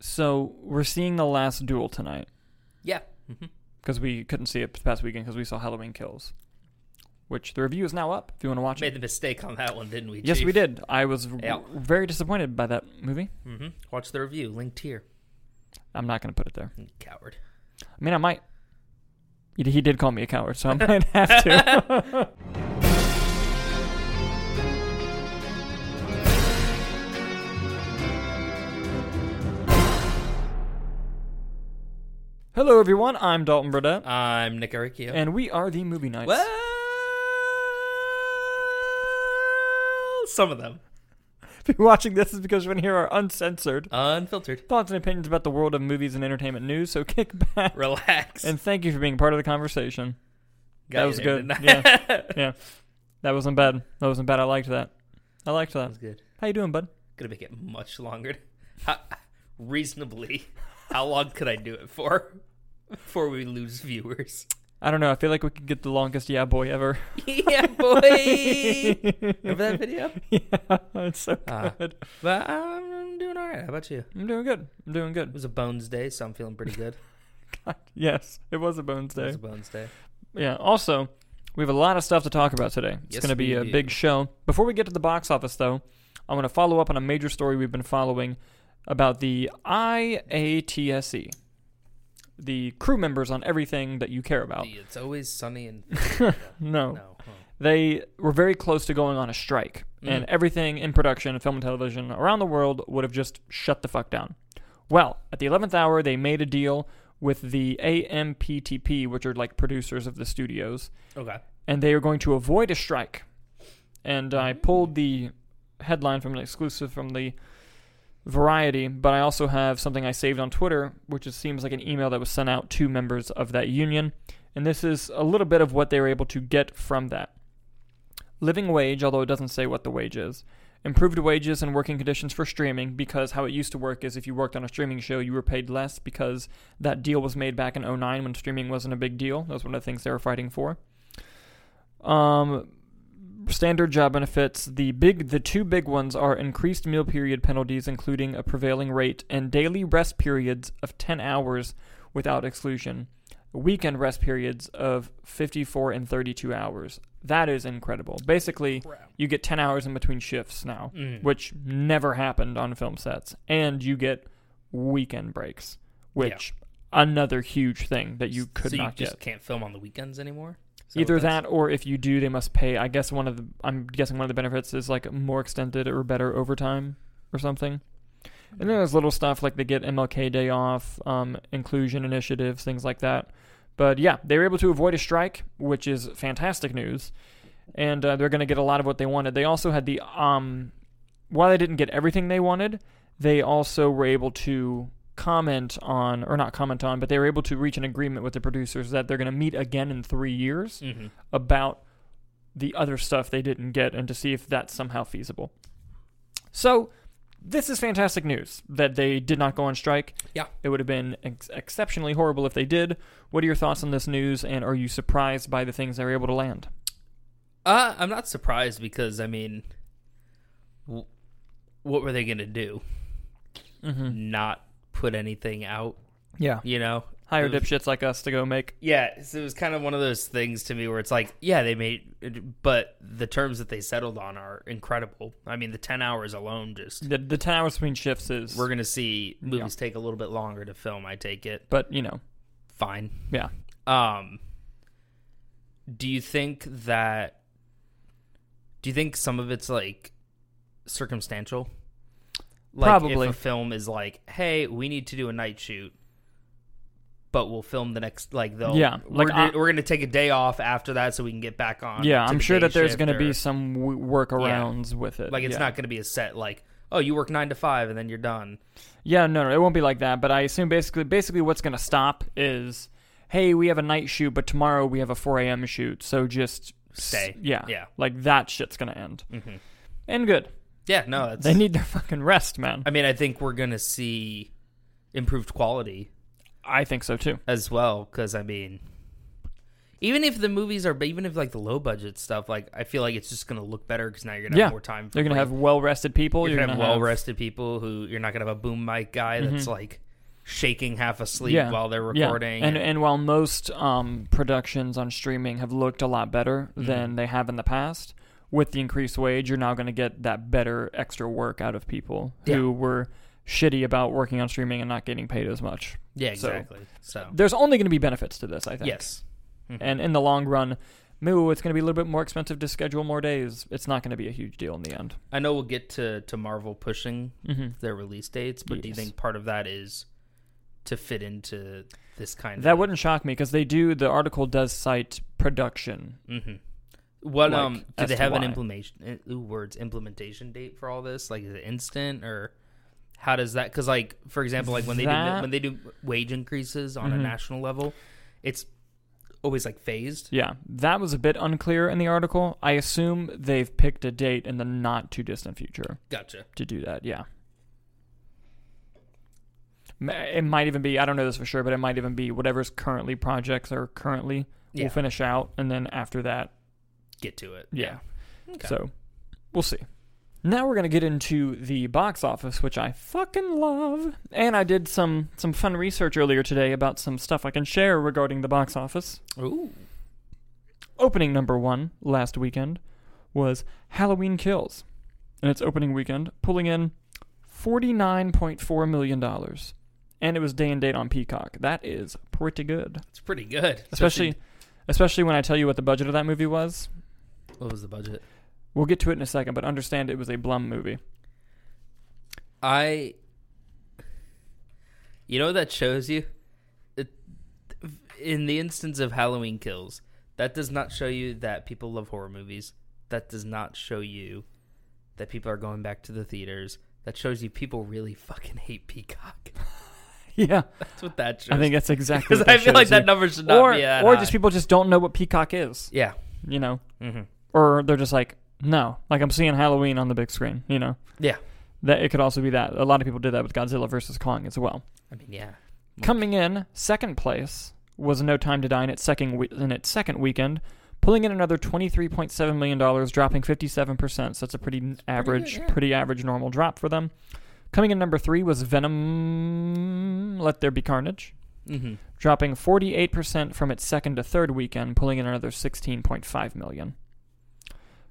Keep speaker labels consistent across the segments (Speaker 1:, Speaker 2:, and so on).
Speaker 1: So we're seeing the last duel tonight
Speaker 2: Yeah.
Speaker 1: Mm-hmm.
Speaker 2: hmm
Speaker 1: because we couldn't see it this past weekend because we saw Halloween Kills, which the review is now up. If you want to watch it,
Speaker 2: Made the mistake on that one, didn't we?
Speaker 1: yes,
Speaker 2: Chief?
Speaker 1: we did. I was r-
Speaker 2: Yeah.
Speaker 1: very disappointed by that movie.
Speaker 2: hmm Watch the review linked here.
Speaker 1: I'm not going to put it there.
Speaker 2: You Coward.
Speaker 1: I mean, I might. He he did call me a coward, so I might have to. Hello, everyone. I'm Dalton Burdett,
Speaker 2: I'm Nick Aricchio.
Speaker 1: and we are the Movie Nights.
Speaker 2: well, some of them
Speaker 1: If you're watching this, is because you're going to hear our uncensored
Speaker 2: unfiltered.
Speaker 1: thoughts and opinions about the world of movies and entertainment news. So kick back
Speaker 2: Relax.
Speaker 1: and thank you for being part of the conversation.
Speaker 2: Got
Speaker 1: that
Speaker 2: you
Speaker 1: was
Speaker 2: there,
Speaker 1: good.
Speaker 2: didn't I?
Speaker 1: Yeah, yeah. That wasn't bad. That wasn't bad. I liked that. I liked
Speaker 2: That
Speaker 1: that.
Speaker 2: was good.
Speaker 1: How you doing, bud?
Speaker 2: Gonna make it much longer. How, reasonably, how long could I do it for before we lose viewers?
Speaker 1: I don't know. I feel like we could get the longest "Yeah, boy" ever.
Speaker 2: yeah, boy. Remember that video?
Speaker 1: yeah, it's so
Speaker 2: Ah.
Speaker 1: good.
Speaker 2: But I'm doing all right. How about you?
Speaker 1: I'm doing good. I'm doing
Speaker 2: It
Speaker 1: good.
Speaker 2: was a bones day, so I'm feeling pretty good.
Speaker 1: Yes, it was a Bones
Speaker 2: It
Speaker 1: Day.
Speaker 2: was a bones day.
Speaker 1: Yeah. Also, we have a lot of stuff to talk about today. It's
Speaker 2: Yes,
Speaker 1: going to be
Speaker 2: we
Speaker 1: a
Speaker 2: do.
Speaker 1: big show. Before we get to the box office, though, I'm going to follow up on a major story we've been following about the IATSE, E, the crew members on everything that you care about.
Speaker 2: Gee, It's always sunny and
Speaker 1: Oh. no.
Speaker 2: no. Oh.
Speaker 1: they were very close to going on a strike, and
Speaker 2: Mm.
Speaker 1: everything in production, film and television around the world would have just shut the fuck down. Well, at the 11th hour, they made a deal with the AMPTP, which are like producers of the studios,
Speaker 2: Okay.
Speaker 1: and they are going to avoid a strike. And I pulled the headline from an exclusive from the Variety, but I also have something I saved on Twitter, which it seems like an email that was sent out to members of that union. And this is a little bit of what they were able to get from that. Living wage, although it doesn't say what the wage is, improved wages and working conditions for streaming because how it used to work is if you worked on a streaming show, you were paid less because that deal was made back in 09 when streaming wasn't a big deal. That was one of the things they were fighting for. Um, standard job benefits. The big, the two big ones are increased meal period penalties, including a prevailing rate, and daily rest periods of 10 hours without exclusion. Weekend rest periods of 54 and 32 hours. That is incredible. Basically, you get 10 hours in between shifts now,
Speaker 2: Mm.
Speaker 1: which never happened on film sets, and you get weekend breaks, which another huge thing that you could
Speaker 2: so
Speaker 1: not get.
Speaker 2: you just can't film on the weekends anymore. Is what
Speaker 1: Either
Speaker 2: that's-
Speaker 1: that, or if you do, they must pay. I guess one of the I'm guessing one of the benefits is like more extended or better overtime or something. And then there's little stuff like they get MLK Day off, um, inclusion initiatives, things like that. But yeah, they were able to avoid a strike, which is fantastic news, and uh, they're going to get a lot of what they wanted. They also had the um, while they didn't get everything they wanted, they also were able to comment on or not comment on, but they were able to reach an agreement with the producers that they're going to meet again in three years
Speaker 2: Mhm.
Speaker 1: about the other stuff they didn't get and to see if that's somehow feasible. So, this is fantastic news that they did not go on strike.
Speaker 2: Yeah.
Speaker 1: It would have been ex- exceptionally horrible if they did. What are your thoughts on this news and are you surprised by the things they were able to land?
Speaker 2: Uh, I'm not surprised because I mean, w- what were they gonna do?
Speaker 1: Mm-hmm.
Speaker 2: Not put anything out?
Speaker 1: Yeah.
Speaker 2: You know,
Speaker 1: Hire
Speaker 2: It was-
Speaker 1: dipshits like us to go make.
Speaker 2: Yeah, so it was kind of one of those things to me where it's like, yeah, they made, but the terms that they settled on are incredible. I mean, the ten hours alone, just
Speaker 1: The, the 10 hours between shifts is.
Speaker 2: we're gonna see movies take a little bit longer to film. I take it
Speaker 1: but, you know,
Speaker 2: fine.
Speaker 1: yeah.
Speaker 2: Um, do you think that? Do you think some of it's like circumstantial? Like
Speaker 1: Probably.
Speaker 2: if a film is like, "Hey, we need to do a night shoot, but we'll film the next like they'll
Speaker 1: Yeah,
Speaker 2: we're,
Speaker 1: like,
Speaker 2: gonna-
Speaker 1: I-
Speaker 2: we're gonna take a day off after that so we can get back on."
Speaker 1: Yeah,
Speaker 2: to
Speaker 1: I'm
Speaker 2: the
Speaker 1: sure
Speaker 2: day
Speaker 1: that there's
Speaker 2: shift
Speaker 1: going to be
Speaker 2: or-
Speaker 1: some w- workarounds with it.
Speaker 2: like it's
Speaker 1: yeah.
Speaker 2: not gonna be a set like, "Oh, you work nine to five and then you're done."
Speaker 1: Yeah, no, no, it won't be like that. But I assume basically, basically, what's going to stop is, hey, we have a night shoot, but tomorrow we have a 4 a.m. shoot, so just s-
Speaker 2: Stay.
Speaker 1: Yeah,
Speaker 2: Yeah.
Speaker 1: like that shit's going to end.
Speaker 2: Mhm.
Speaker 1: And good.
Speaker 2: Yeah, no, that's,
Speaker 1: They need their fucking rest, man.
Speaker 2: I mean, I think we're gonna see improved quality
Speaker 1: I think so too.
Speaker 2: as well because I mean, Even if the movies are, even if like the low budget stuff, like I feel like it's just gonna look better because now you're gonna
Speaker 1: Yeah.
Speaker 2: have more time. For
Speaker 1: You're gonna
Speaker 2: break.
Speaker 1: have well rested people.
Speaker 2: you're,
Speaker 1: You're,
Speaker 2: gonna have well rested people who you're not gonna have a boom mic guy that's
Speaker 1: Mhm.
Speaker 2: like shaking half asleep
Speaker 1: Yeah.
Speaker 2: while they're
Speaker 1: Yeah.
Speaker 2: recording.
Speaker 1: And, and while most um, productions on streaming have looked a lot better
Speaker 2: Mm-hmm.
Speaker 1: than they have in the past, with the increased wage, you're now going to get that better extra work out of people
Speaker 2: Yeah.
Speaker 1: who were shitty about working on streaming and not getting paid as much.
Speaker 2: yeah,
Speaker 1: so-
Speaker 2: exactly. So,
Speaker 1: There's only going to be benefits to this, I think. Mm-hmm.
Speaker 2: yes,
Speaker 1: And in the long run, moo, it's going to be a little bit more expensive to schedule more days. It's not going to be a huge deal in the end.
Speaker 2: I know we'll get to to Marvel pushing
Speaker 1: Mm-hmm.
Speaker 2: their release dates, but do you
Speaker 1: Yes.
Speaker 2: think part of that is to fit into this kind
Speaker 1: That
Speaker 2: of
Speaker 1: wouldn't shock me because they do. The article does cite production.
Speaker 2: hmm What
Speaker 1: like,
Speaker 2: um do
Speaker 1: as
Speaker 2: they
Speaker 1: to
Speaker 2: have an
Speaker 1: why.
Speaker 2: implementation ooh, words implementation date for all this? Like is it instant or how does that? Because like for example, like when they do
Speaker 1: That-
Speaker 2: when they do wage increases on a
Speaker 1: Mhm.
Speaker 2: national level, it's always like phased.
Speaker 1: Yeah, that was a bit unclear in the article. I assume they've picked a date in the not too distant future
Speaker 2: Gotcha.
Speaker 1: to do that. Yeah. M- It might even be, I don't know this for sure, but it might even be whatever's currently projects are currently,
Speaker 2: Yeah.
Speaker 1: we'll finish out. And then after that,
Speaker 2: Get to it.
Speaker 1: yeah.
Speaker 2: Okay.
Speaker 1: So we'll see. Now we're gonna get into the box office, which I fucking love. And I did some some fun research earlier today about some stuff I can share regarding the box office.
Speaker 2: Ooh.
Speaker 1: Opening number one last weekend was Halloween Kills. And its opening weekend, pulling in $49.4 million. And it was day and date on Peacock. That is pretty good.
Speaker 2: It's pretty good.
Speaker 1: Especially especially when I tell you what the budget of that movie was.
Speaker 2: what was the budget?
Speaker 1: We'll get to it in a second, but understand it was a Blum movie.
Speaker 2: I. You know what that shows you? It, in the instance of Halloween kills, that does not show you that people love horror movies. That does not show you that people are going back to the theaters. That shows you people really fucking hate Peacock.
Speaker 1: Yeah.
Speaker 2: That's what that shows.
Speaker 1: I think that's exactly.
Speaker 2: because
Speaker 1: What
Speaker 2: I
Speaker 1: that
Speaker 2: feel like
Speaker 1: shows
Speaker 2: that
Speaker 1: you.
Speaker 2: number should not
Speaker 1: or
Speaker 2: be that
Speaker 1: or
Speaker 2: high.
Speaker 1: just people just don't know what Peacock is,
Speaker 2: yeah.
Speaker 1: you know,
Speaker 2: Mm-hmm.
Speaker 1: or they're just like no, like I'm seeing Halloween on the big screen, you know.
Speaker 2: Yeah.
Speaker 1: That it could also be that a lot of people did that with Godzilla versus Kong as well.
Speaker 2: I mean, yeah. Well-
Speaker 1: Coming in second place was No Time to Die in its second we- in its second weekend, pulling in another 23.7 million dollars, dropping 57 percent. So that's a pretty average,
Speaker 2: yeah.
Speaker 1: pretty average normal drop for them. Coming in number three was Venom. Let there be carnage.
Speaker 2: Mm-hmm.
Speaker 1: dropping 48% from its second to third weekend, pulling in another 16.5 million.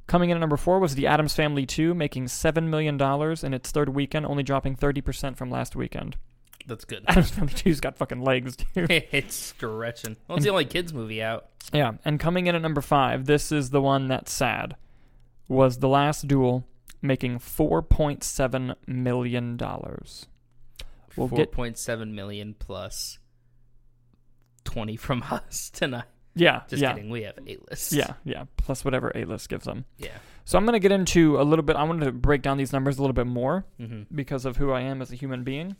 Speaker 1: Coming in at number four was The Adams Family 2, making $7 million in its third weekend, only dropping 30% from last weekend.
Speaker 2: That's good.
Speaker 1: Adams Family 2's got fucking legs, dude.
Speaker 2: it's stretching. Well, it's the only kids movie out.
Speaker 1: Yeah, and coming in at number five, this is the one that's sad, was The Last Duel, making $4.7 million. We'll
Speaker 2: Four
Speaker 1: get-
Speaker 2: point seven million plus twenty from us tonight.
Speaker 1: Yeah,
Speaker 2: Just
Speaker 1: yeah,
Speaker 2: kidding. We have eight lists.
Speaker 1: yeah, yeah, plus whatever A-List gives them.
Speaker 2: Yeah.
Speaker 1: So I'm going to get into a little bit, I wanted to break down these numbers a little bit more.
Speaker 2: hmm
Speaker 1: because of who I am as a human being.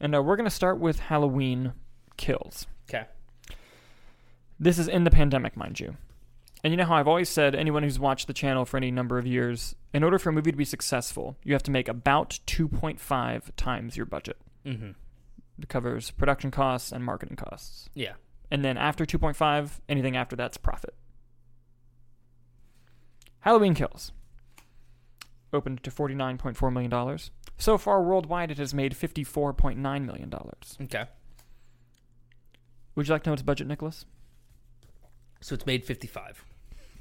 Speaker 1: And uh, we're going to start with Halloween kills.
Speaker 2: 'Kay.
Speaker 1: This is in the pandemic, mind you. And you know how I've always said, anyone who's watched the channel for any number of years, in order for a movie to be successful, you have to make about 2.5 times your budget.
Speaker 2: hmm
Speaker 1: It covers production costs and marketing costs.
Speaker 2: Yeah.
Speaker 1: And then after 2.5, anything after that's profit. Halloween Kills opened to $49.4 million. So far worldwide, it has made $54.9 million.
Speaker 2: Okay.
Speaker 1: Would you like to know its budget, Nicholas?
Speaker 2: So it's made fifty-five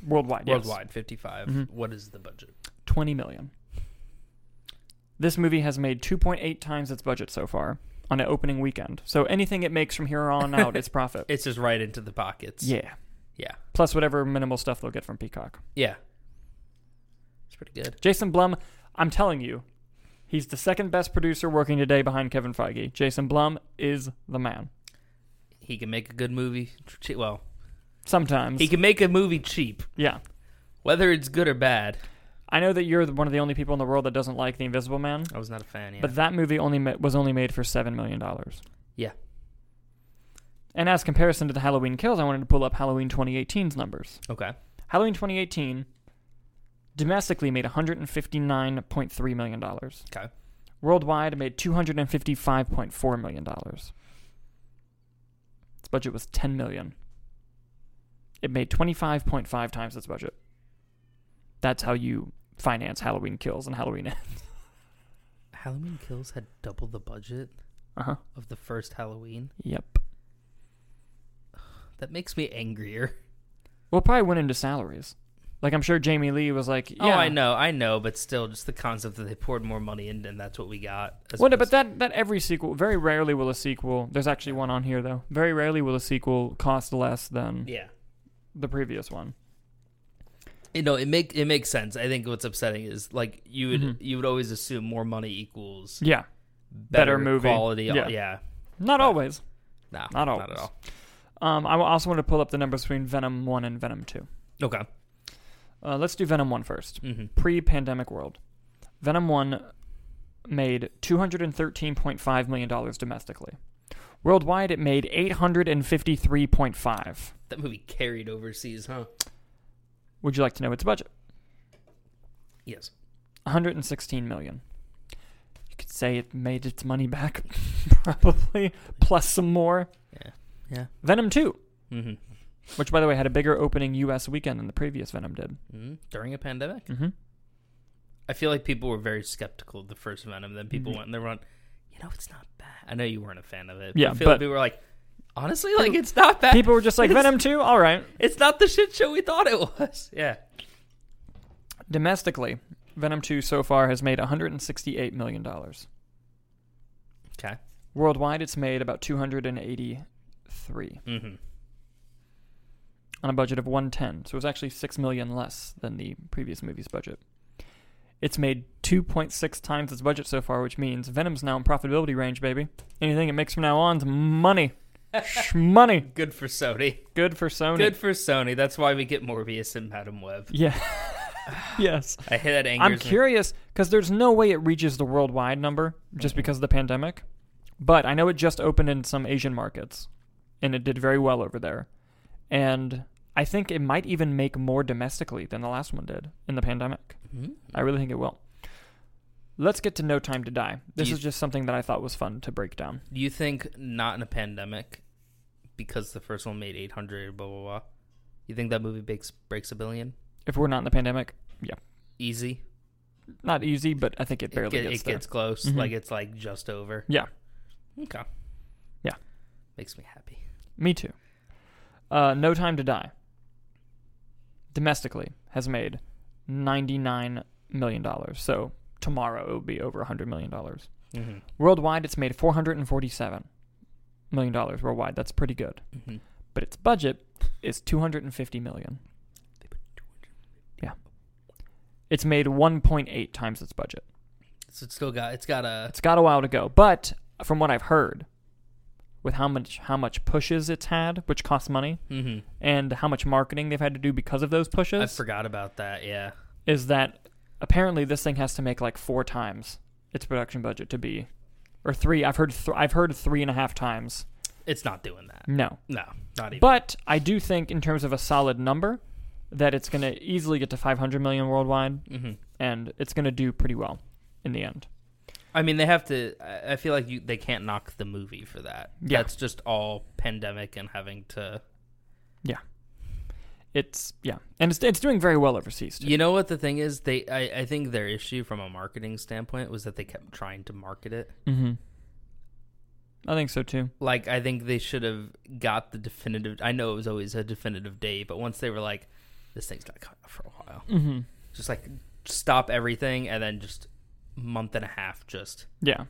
Speaker 1: Worldwide, yes.
Speaker 2: worldwide. 55
Speaker 1: Mhm.
Speaker 2: What is the budget?
Speaker 1: 20 million. This movie has made 2.8 times its budget so far on an opening weekend. So anything it makes from here on out, it's profit.
Speaker 2: It's just right into the pockets.
Speaker 1: yeah.
Speaker 2: Yeah.
Speaker 1: Plus whatever minimal stuff they'll get from Peacock.
Speaker 2: Yeah. It's pretty good.
Speaker 1: Jason Blum, I'm telling you, he's the second best producer working today behind Kevin Feige. Jason Blum is the man.
Speaker 2: He can make a good movie. che- Well,
Speaker 1: Sometimes,
Speaker 2: he can make a movie cheap,
Speaker 1: yeah.
Speaker 2: whether it's good or bad.
Speaker 1: I know that you're the- one of the only people in the world that doesn't like The Invisible Man,
Speaker 2: I was not a fan. Yeah.
Speaker 1: but that movie only ma- was only made for seven million dollars.
Speaker 2: Yeah.
Speaker 1: And as comparison to the Halloween Kills, I wanted to pull up Halloween 2018's numbers.
Speaker 2: okay.
Speaker 1: Halloween 2018 domestically made 159.3 million dollars.
Speaker 2: Okay.
Speaker 1: Worldwide it made 255.4 million dollars. Its budget was 10 million. It made 25.5 times its budget. That's how you finance Halloween Kills and Halloween Ends.
Speaker 2: Halloween Kills had double the budget
Speaker 1: Uh huh.
Speaker 2: of the first Halloween.
Speaker 1: Yep.
Speaker 2: That makes me angrier.
Speaker 1: Well, it probably went into salaries. Like I'm sure Jamie Lee was like, yeah,
Speaker 2: Oh, I know, I know, but still, just the concept that they poured more money in, and that's what we got. as
Speaker 1: Well, no, but that
Speaker 2: opposed-
Speaker 1: that every sequel, very rarely will a sequel. There's actually one on here though. Very rarely will a sequel cost less than
Speaker 2: yeah,
Speaker 1: the previous one.
Speaker 2: you know, it make it makes sense. I think what's upsetting is like you would
Speaker 1: Mhm.
Speaker 2: you would always assume more money equals
Speaker 1: Yeah,
Speaker 2: better,
Speaker 1: movie.
Speaker 2: quality.
Speaker 1: Yeah.
Speaker 2: Yeah, yeah.
Speaker 1: not
Speaker 2: Right.
Speaker 1: always.
Speaker 2: Nah,
Speaker 1: Not
Speaker 2: not,
Speaker 1: always.
Speaker 2: at all.
Speaker 1: Um, I also want to pull up the numbers between Venom One and Venom Two.
Speaker 2: Okay.
Speaker 1: Uh, let's do Venom One first.
Speaker 2: Mm-hmm.
Speaker 1: Pre-pandemic world, Venom One made 213.5 million dollars domestically. Worldwide, it made 853.5.
Speaker 2: That movie carried overseas, huh?
Speaker 1: Would you like to know its budget?
Speaker 2: Yes.
Speaker 1: 116 million. You could say it made its money back, probably, plus some more.
Speaker 2: Yeah. Yeah.
Speaker 1: Venom 2,
Speaker 2: Mm-hmm.
Speaker 1: which, by the way, had a bigger opening U.S. weekend than the previous Venom did.
Speaker 2: hmm During a pandemic,
Speaker 1: Mm-hmm.
Speaker 2: I feel like people were very skeptical of the first Venom. Then people
Speaker 1: Mhm.
Speaker 2: went and they were on, you know, it's not bad. I know you weren't a fan of it.
Speaker 1: Yeah,
Speaker 2: I feel
Speaker 1: but-
Speaker 2: like people were like, honestly, like it's not bad.
Speaker 1: People were just like, Venom 2? All right.
Speaker 2: It's not the shit show we thought it was. Yeah.
Speaker 1: Domestically, Venom 2 so far has made $168 million.
Speaker 2: Okay.
Speaker 1: Worldwide, it's made about 283
Speaker 2: Mm-hmm.
Speaker 1: on a budget of 110, so it was actually 6 million less than the previous movie's budget. It's made 2.6 times its budget so far, which means Venom's now in profitability range, baby. Anything it makes from now on's money. Sh- money.
Speaker 2: Good for Sony.
Speaker 1: Good for Sony.
Speaker 2: Good for Sony. That's why we get Morbius and Madam Web.
Speaker 1: Yeah. yes.
Speaker 2: I hit that angers
Speaker 1: I'm
Speaker 2: me.
Speaker 1: curious because there's no way it reaches the worldwide number
Speaker 2: Mm-hmm.
Speaker 1: just because of the pandemic. But I know it just opened in some Asian markets and it did very well over there. And I think it might even make more domestically than the last one did in the pandemic.
Speaker 2: Mhm.
Speaker 1: I really think it will. Let's get to No Time to Die. This
Speaker 2: you-
Speaker 1: is just something that I thought was fun to break down.
Speaker 2: Do you think not in a pandemic, because the first one made 800, blah, blah, blah, you think that movie breaks, breaks a billion?
Speaker 1: If we're not in the pandemic,
Speaker 2: Easy.
Speaker 1: not easy, but I think it barely
Speaker 2: it, get-
Speaker 1: gets
Speaker 2: it
Speaker 1: there.
Speaker 2: gets close.
Speaker 1: Mhm.
Speaker 2: Like it's like just over.
Speaker 1: Yeah.
Speaker 2: Okay.
Speaker 1: Yeah.
Speaker 2: Makes me happy.
Speaker 1: Me too. Uh, no Time to Die. Domestically has made ninety-nine million dollars. So tomorrow it will be over hundred million dollars.
Speaker 2: Mm-hmm.
Speaker 1: Worldwide, it's made four hundred and forty-seven million dollars worldwide. That's pretty good.
Speaker 2: Mm-hmm.
Speaker 1: But its budget is two hundred and fifty million. It's made one point eight times its budget.
Speaker 2: So it's still got it's got a
Speaker 1: It's got a while to go, but from what I've heard, with how much how much pushes it's had, which costs money,
Speaker 2: hmm
Speaker 1: and how much marketing they've had to do because of those pushes,
Speaker 2: I forgot about that. Yeah.
Speaker 1: is that apparently this thing has to make like four times its production budget to be, or three. I've heard th- I've heard three and a half times.
Speaker 2: It's not doing that.
Speaker 1: No,
Speaker 2: No, not even.
Speaker 1: but I do think in terms of a solid number, that it's going to easily get to 500 million worldwide,
Speaker 2: Mhm.
Speaker 1: and it's going to do pretty well in the end.
Speaker 2: I mean, they have to. I- I feel like you, they can't knock the movie for that.
Speaker 1: Yeah.
Speaker 2: That's just all pandemic and having to.
Speaker 1: It's yeah, and it's it's doing very well overseas. Too.
Speaker 2: You know what the thing is? They, I, I think their issue from a marketing standpoint was that they kept trying to market it.
Speaker 1: Mm-hmm. I think so too.
Speaker 2: Like, I think they should have got the definitive. I know it was always a definitive day, but once they were like, "This thing's not coming out for a while,"
Speaker 1: Mm-hmm.
Speaker 2: just like stop everything and then just month and a half, just
Speaker 1: Yeah,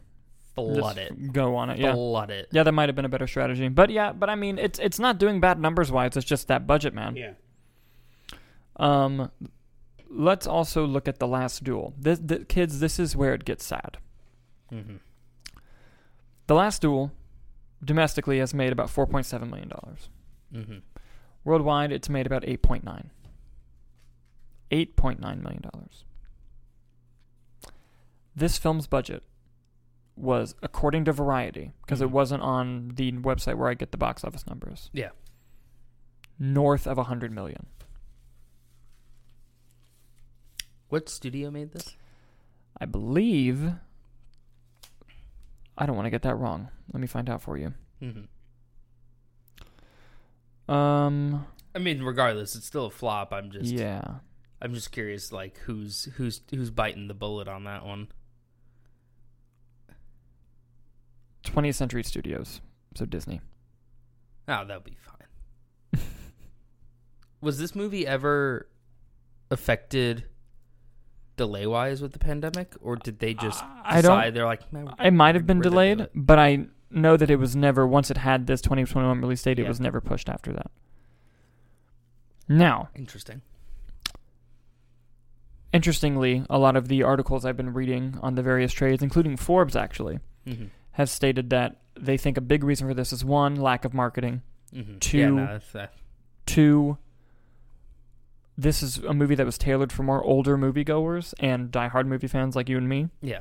Speaker 1: Just
Speaker 2: flood it,
Speaker 1: Go on it. Yeah.
Speaker 2: flood it.
Speaker 1: Yeah, that might have been a better strategy. But yeah, but I mean, it's it's not doing bad numbers wise. It's just that budget, man.
Speaker 2: Yeah.
Speaker 1: Um, let's also look at the last duel. This, the, kids, this is where it gets sad.
Speaker 2: Mm-hmm.
Speaker 1: The last duel, domestically, has made about four point seven million dollars.
Speaker 2: Mm-hmm.
Speaker 1: Worldwide, it's made about eight point nine. Eight point nine million dollars. This film's budget was, according to Variety, because
Speaker 2: Mhm.
Speaker 1: it wasn't on the website where I get the box office numbers.
Speaker 2: Yeah.
Speaker 1: North of a hundred million.
Speaker 2: What studio made this?
Speaker 1: I believe. I don't want to get that wrong. Let me find out for you.
Speaker 2: Mm-hmm.
Speaker 1: Um,
Speaker 2: I mean, regardless, it's still a flop. I'm just
Speaker 1: yeah.
Speaker 2: I'm just curious, like who's who's who's biting the bullet on that one.
Speaker 1: 20th Century Studios, so Disney.
Speaker 2: Oh, that'll be fine. Was this movie ever affected delay wise with the pandemic, or did they just decide
Speaker 1: I don't-
Speaker 2: they're like, "Man, we're-
Speaker 1: It might have been
Speaker 2: Where did they do
Speaker 1: delayed,
Speaker 2: it?
Speaker 1: but I know that it was never once it had this 2021 release date, it
Speaker 2: Yeah.
Speaker 1: was never pushed after that. Now,
Speaker 2: interesting?
Speaker 1: interestingly, a lot of the articles I've been reading on the various trades, including Forbes actually,
Speaker 2: Mm-hmm.
Speaker 1: have stated that they think a big reason for this is one, lack of marketing,
Speaker 2: Mm-hmm. yeah,
Speaker 1: Two-
Speaker 2: no, that's, that-
Speaker 1: two, this is a movie that was tailored for more older moviegoers and diehard movie fans like you and me,
Speaker 2: yeah,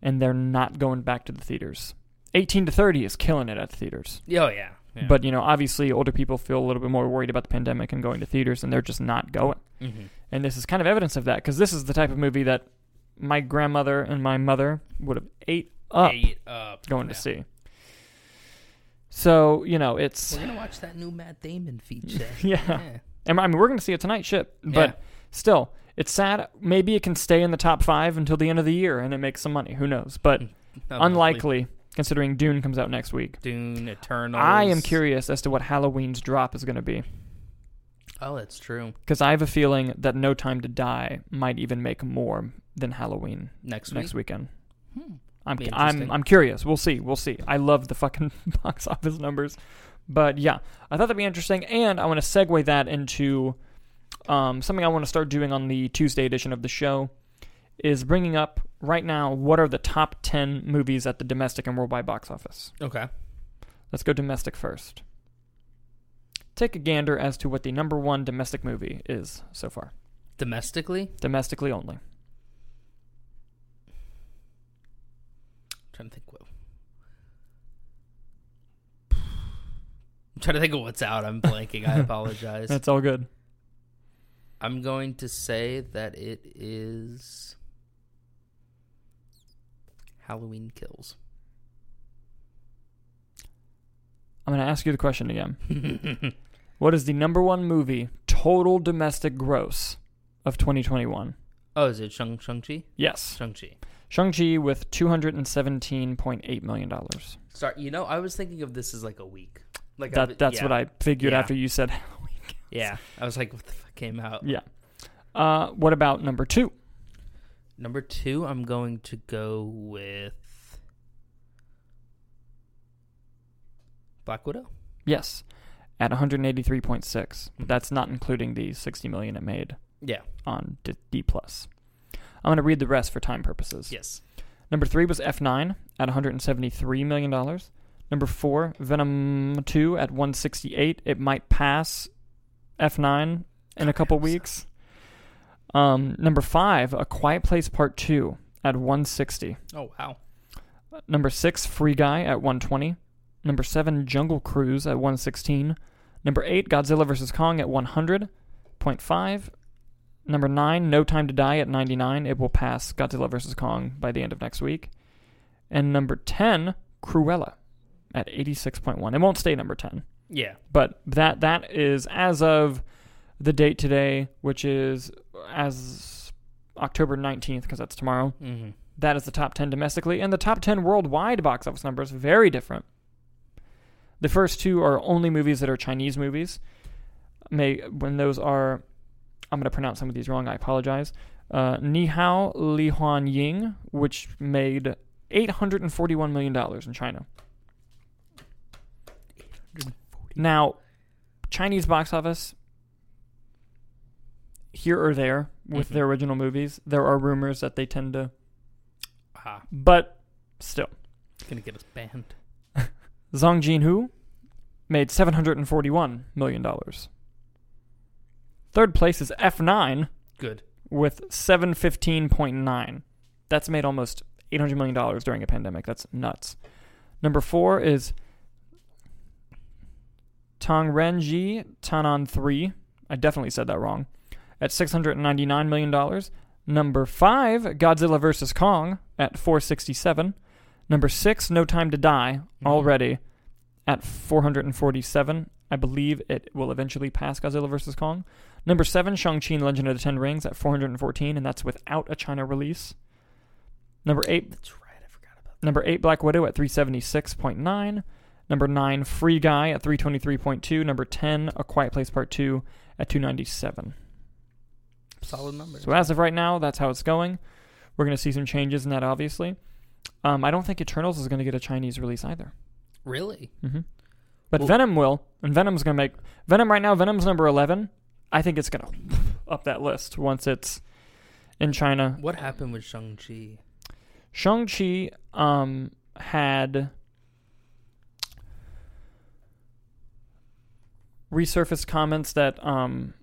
Speaker 1: and they're not going back to the theaters. 18 to 30 is killing it at the theaters.
Speaker 2: Yeah, oh yeah, yeah.
Speaker 1: But you know, obviously, older people feel a little bit more worried about the pandemic and going to theaters, and they're just not going.
Speaker 2: Mhm.
Speaker 1: And this is kind of evidence of that because this is the type of movie that my grandmother and my mother would have ate up
Speaker 2: Eight up.
Speaker 1: Uh, going
Speaker 2: uh, Yeah.
Speaker 1: to see. So you know, it's
Speaker 2: We're gonna watch that new Matt Damon feature.
Speaker 1: yeah. And I mean, we're going to see it tonight, ship. But
Speaker 2: Yeah.
Speaker 1: still, it's sad. Maybe it can stay in the top five until the end of the year, and it makes some money. Who knows? But
Speaker 2: Mm,
Speaker 1: unlikely, considering Dune comes out next week.
Speaker 2: Dune Eternal.
Speaker 1: I am curious as to what Halloween's drop is going to be.
Speaker 2: Oh, that's true.
Speaker 1: Because I have a feeling that No Time to Die might even make more than Halloween
Speaker 2: Next week.
Speaker 1: next weekend.
Speaker 2: Hmm.
Speaker 1: I'm,
Speaker 2: Be interesting.
Speaker 1: I'm I'm curious. We'll see. We'll see. I love the fucking box office numbers, but yeah, I thought that'd be interesting. And I want to segue that into um, something I want to start doing on the Tuesday edition of the show is bringing up right now what are the top ten movies at the domestic and worldwide box office.
Speaker 2: Okay.
Speaker 1: Let's go domestic first. Take a gander as to what the number one domestic movie is so far.
Speaker 2: Domestically,
Speaker 1: domestically only.
Speaker 2: trying to think what. I'm trying to think of what's out. I'm blanking. I apologize.
Speaker 1: That's all good.
Speaker 2: I'm going to say that it is Halloween Kills.
Speaker 1: I'm going to ask you the question again.
Speaker 2: I
Speaker 1: What is the number one movie total domestic gross of 2021?
Speaker 2: oh, is it Shang Shang Chi?
Speaker 1: Yes.
Speaker 2: Shang Chi.
Speaker 1: Shang-Chi with $217.8 million.
Speaker 2: Sorry, you know, I was thinking of this as like a week. Like I've been-
Speaker 1: That, that's
Speaker 2: yeah,
Speaker 1: what I figured
Speaker 2: Yeah.
Speaker 1: after you said Halloween.
Speaker 2: Yeah, I was like, what the fuck came out?
Speaker 1: Yeah. Uh, what about number two?
Speaker 2: Number two, I'm going to go with Black Widow.
Speaker 1: Yes. At 183.6.
Speaker 2: Mhm.
Speaker 1: But that's not including the 60 million it made
Speaker 2: Yeah.
Speaker 1: on D+. D+. plus. I'm going to read the rest for time purposes.
Speaker 2: Yes.
Speaker 1: Number three was F9 at 173 million dollars. Number four, Venom 2 at 168. It might pass F9 in a couple weeks. Um, number five, A Quiet Place Part Two at 160.
Speaker 2: Oh wow.
Speaker 1: Number six, Free Guy at 120. Number seven, Jungle Cruise at 116. Number eight, Godzilla vs Kong at 100.5. Number nine, No Time to Die at 99. It will pass Godzilla vs Kong by the end of next week. And number ten, Cruella at 86.1. It won't stay number ten,
Speaker 2: Yeah.
Speaker 1: but that that is as of the date today, which is as October 19th because that's tomorrow.
Speaker 2: Mm-hmm.
Speaker 1: That is the top 10 domestically, and the top 10 worldwide box office numbers very different. The first two are only movies that are Chinese movies. May when those are, I'm going to pronounce some of these wrong. I apologize. Uh, Ni Hao Li Huan Ying, which made 841 million dollars in China. Now, Chinese box office here or there with
Speaker 2: Mhm.
Speaker 1: their original movies. There are rumors that they tend to
Speaker 2: Ah,
Speaker 1: but still,
Speaker 2: it's gonna get us banned.
Speaker 1: Zong Jinhu made $741 million. Third place is F9
Speaker 2: Good.
Speaker 1: with 715.9. That's made almost $800 million during a pandemic. That's nuts. Number four is Tongrenji Tanan 3. I definitely said that wrong. At $699 million. Number five, Godzilla vs. Kong at 467. Number six, No Time to Die already at 447. I believe it will eventually pass Godzilla vs. Kong. Number 7, Shang-Chi and the Legend of the Ten Rings at 414, and that's without a China release. Number 8,
Speaker 2: That's right. I forgot about
Speaker 1: Number eight, Black Widow at 376.9. Number nine, Free Guy at 323.2. Number 10, A Quiet Place Part 2 at 297.
Speaker 2: that. Solid numbers.
Speaker 1: So as of right now, that's how it's going. We're going to see some changes in that, obviously. Um, I don't think Eternals is going to get a Chinese release either.
Speaker 2: really?
Speaker 1: hmm But
Speaker 2: Well-
Speaker 1: Venom will, and Venom's going to make. Venom right now, Venom's number 11. I think it's going to up that list once it's in China.
Speaker 2: What happened with Shang-Chi?
Speaker 1: Shang-Chi um, had resurfaced comments that um,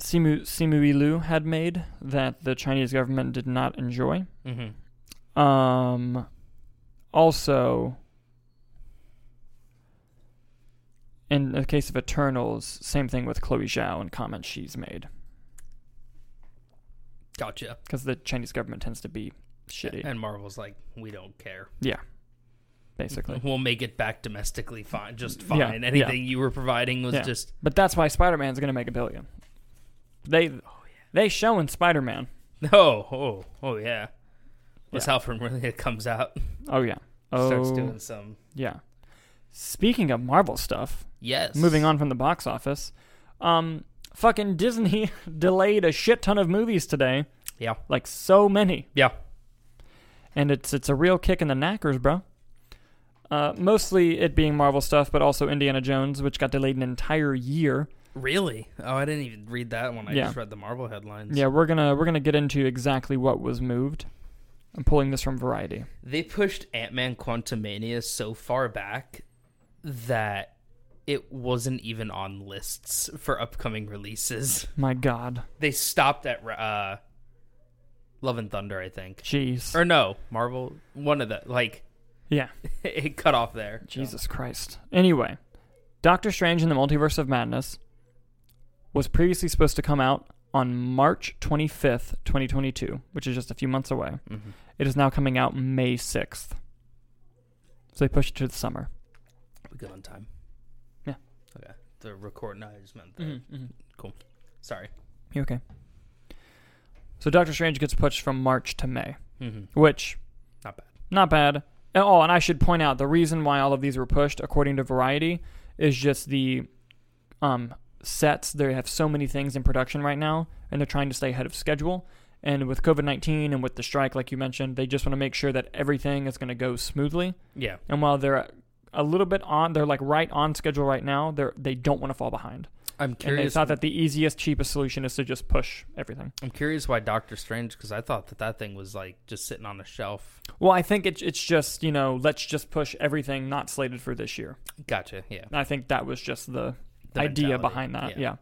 Speaker 1: Simu, Simu Liu had made that the Chinese government did not enjoy.
Speaker 2: Mm-hmm.
Speaker 1: Um, also, in the case of Eternals, same thing with Chloe Zhao and comments she's made
Speaker 2: Gotcha.
Speaker 1: because the Chinese government tends to be shitty,
Speaker 2: And Marvel's like, we don't care.
Speaker 1: basically.
Speaker 2: We'll make it back domestically fine, just
Speaker 1: Yeah,
Speaker 2: fine.
Speaker 1: yeah.
Speaker 2: Anything you were providing was
Speaker 1: Yeah.
Speaker 2: just
Speaker 1: But that's why Spider Man's gonna make a billion. They they showing Spider Man.
Speaker 2: oh, oh, oh yeah. Was how from really it comes out,
Speaker 1: Oh yeah. Oh
Speaker 2: starts doing some
Speaker 1: yeah. Speaking of Marvel stuff,
Speaker 2: yes.
Speaker 1: moving on from the box office, um, fucking Disney delayed a shit ton of movies today.
Speaker 2: Yeah.
Speaker 1: Like so many,
Speaker 2: Yeah,
Speaker 1: and it's it's a real kick in the knackers, bro. Uh, mostly it being Marvel stuff, but also Indiana Jones, which got delayed an entire year.
Speaker 2: really. Oh, I didn't even read that one. I
Speaker 1: Yeah.
Speaker 2: just read the Marvel headlines.
Speaker 1: Yeah, we're gonna we're gonna get into exactly what was moved. I'm pulling this from Variety.
Speaker 2: they pushed Ant Man Quantumania so far back that it wasn't even on lists for upcoming releases.
Speaker 1: My God,
Speaker 2: They stopped at uh, Love and Thunder, I think.
Speaker 1: jeez.
Speaker 2: Or no, Marvel. One of the like
Speaker 1: Yeah.
Speaker 2: it cut off there.
Speaker 1: Jesus Christ. Anyway, Doctor Strange in the Multiverse of Madness was previously supposed to come out on March 25th, 2022, which is just a few months away.
Speaker 2: Mhm.
Speaker 1: It is now coming out May 6th. So they pushed it to the summer.
Speaker 2: We good on time.
Speaker 1: Yeah. Mm-hmm.
Speaker 2: Okay. The recording I just meant. The, Sorry.
Speaker 1: You okay? So Doctor Strange gets pushed from March to May,
Speaker 2: Mm-hmm.
Speaker 1: which
Speaker 2: Not bad.
Speaker 1: Not bad. And- Oh, and I should point out the reason why all of these were pushed, according to Variety, is just the um, sets. They have so many things in production right now, and they're trying to stay ahead of schedule. And with COVID 19 and with the strike, like you mentioned, they just want to make sure that everything is going to go smoothly.
Speaker 2: Yeah.
Speaker 1: And while they're a little bit on, they're like right on schedule right now, they're, they don't want to fall behind.
Speaker 2: I'm
Speaker 1: And they
Speaker 2: curious.
Speaker 1: thought that the easiest, cheapest solution is to just push everything.
Speaker 2: I'm curious why Doctor Strange because I thought that that thing was like just sitting on a shelf.
Speaker 1: Well, I think it, it's just, you know, let's just push everything not slated for this year.
Speaker 2: Gotcha. Yeah.
Speaker 1: I think that was just the,
Speaker 2: The
Speaker 1: idea
Speaker 2: mentality.
Speaker 1: behind that. Yeah.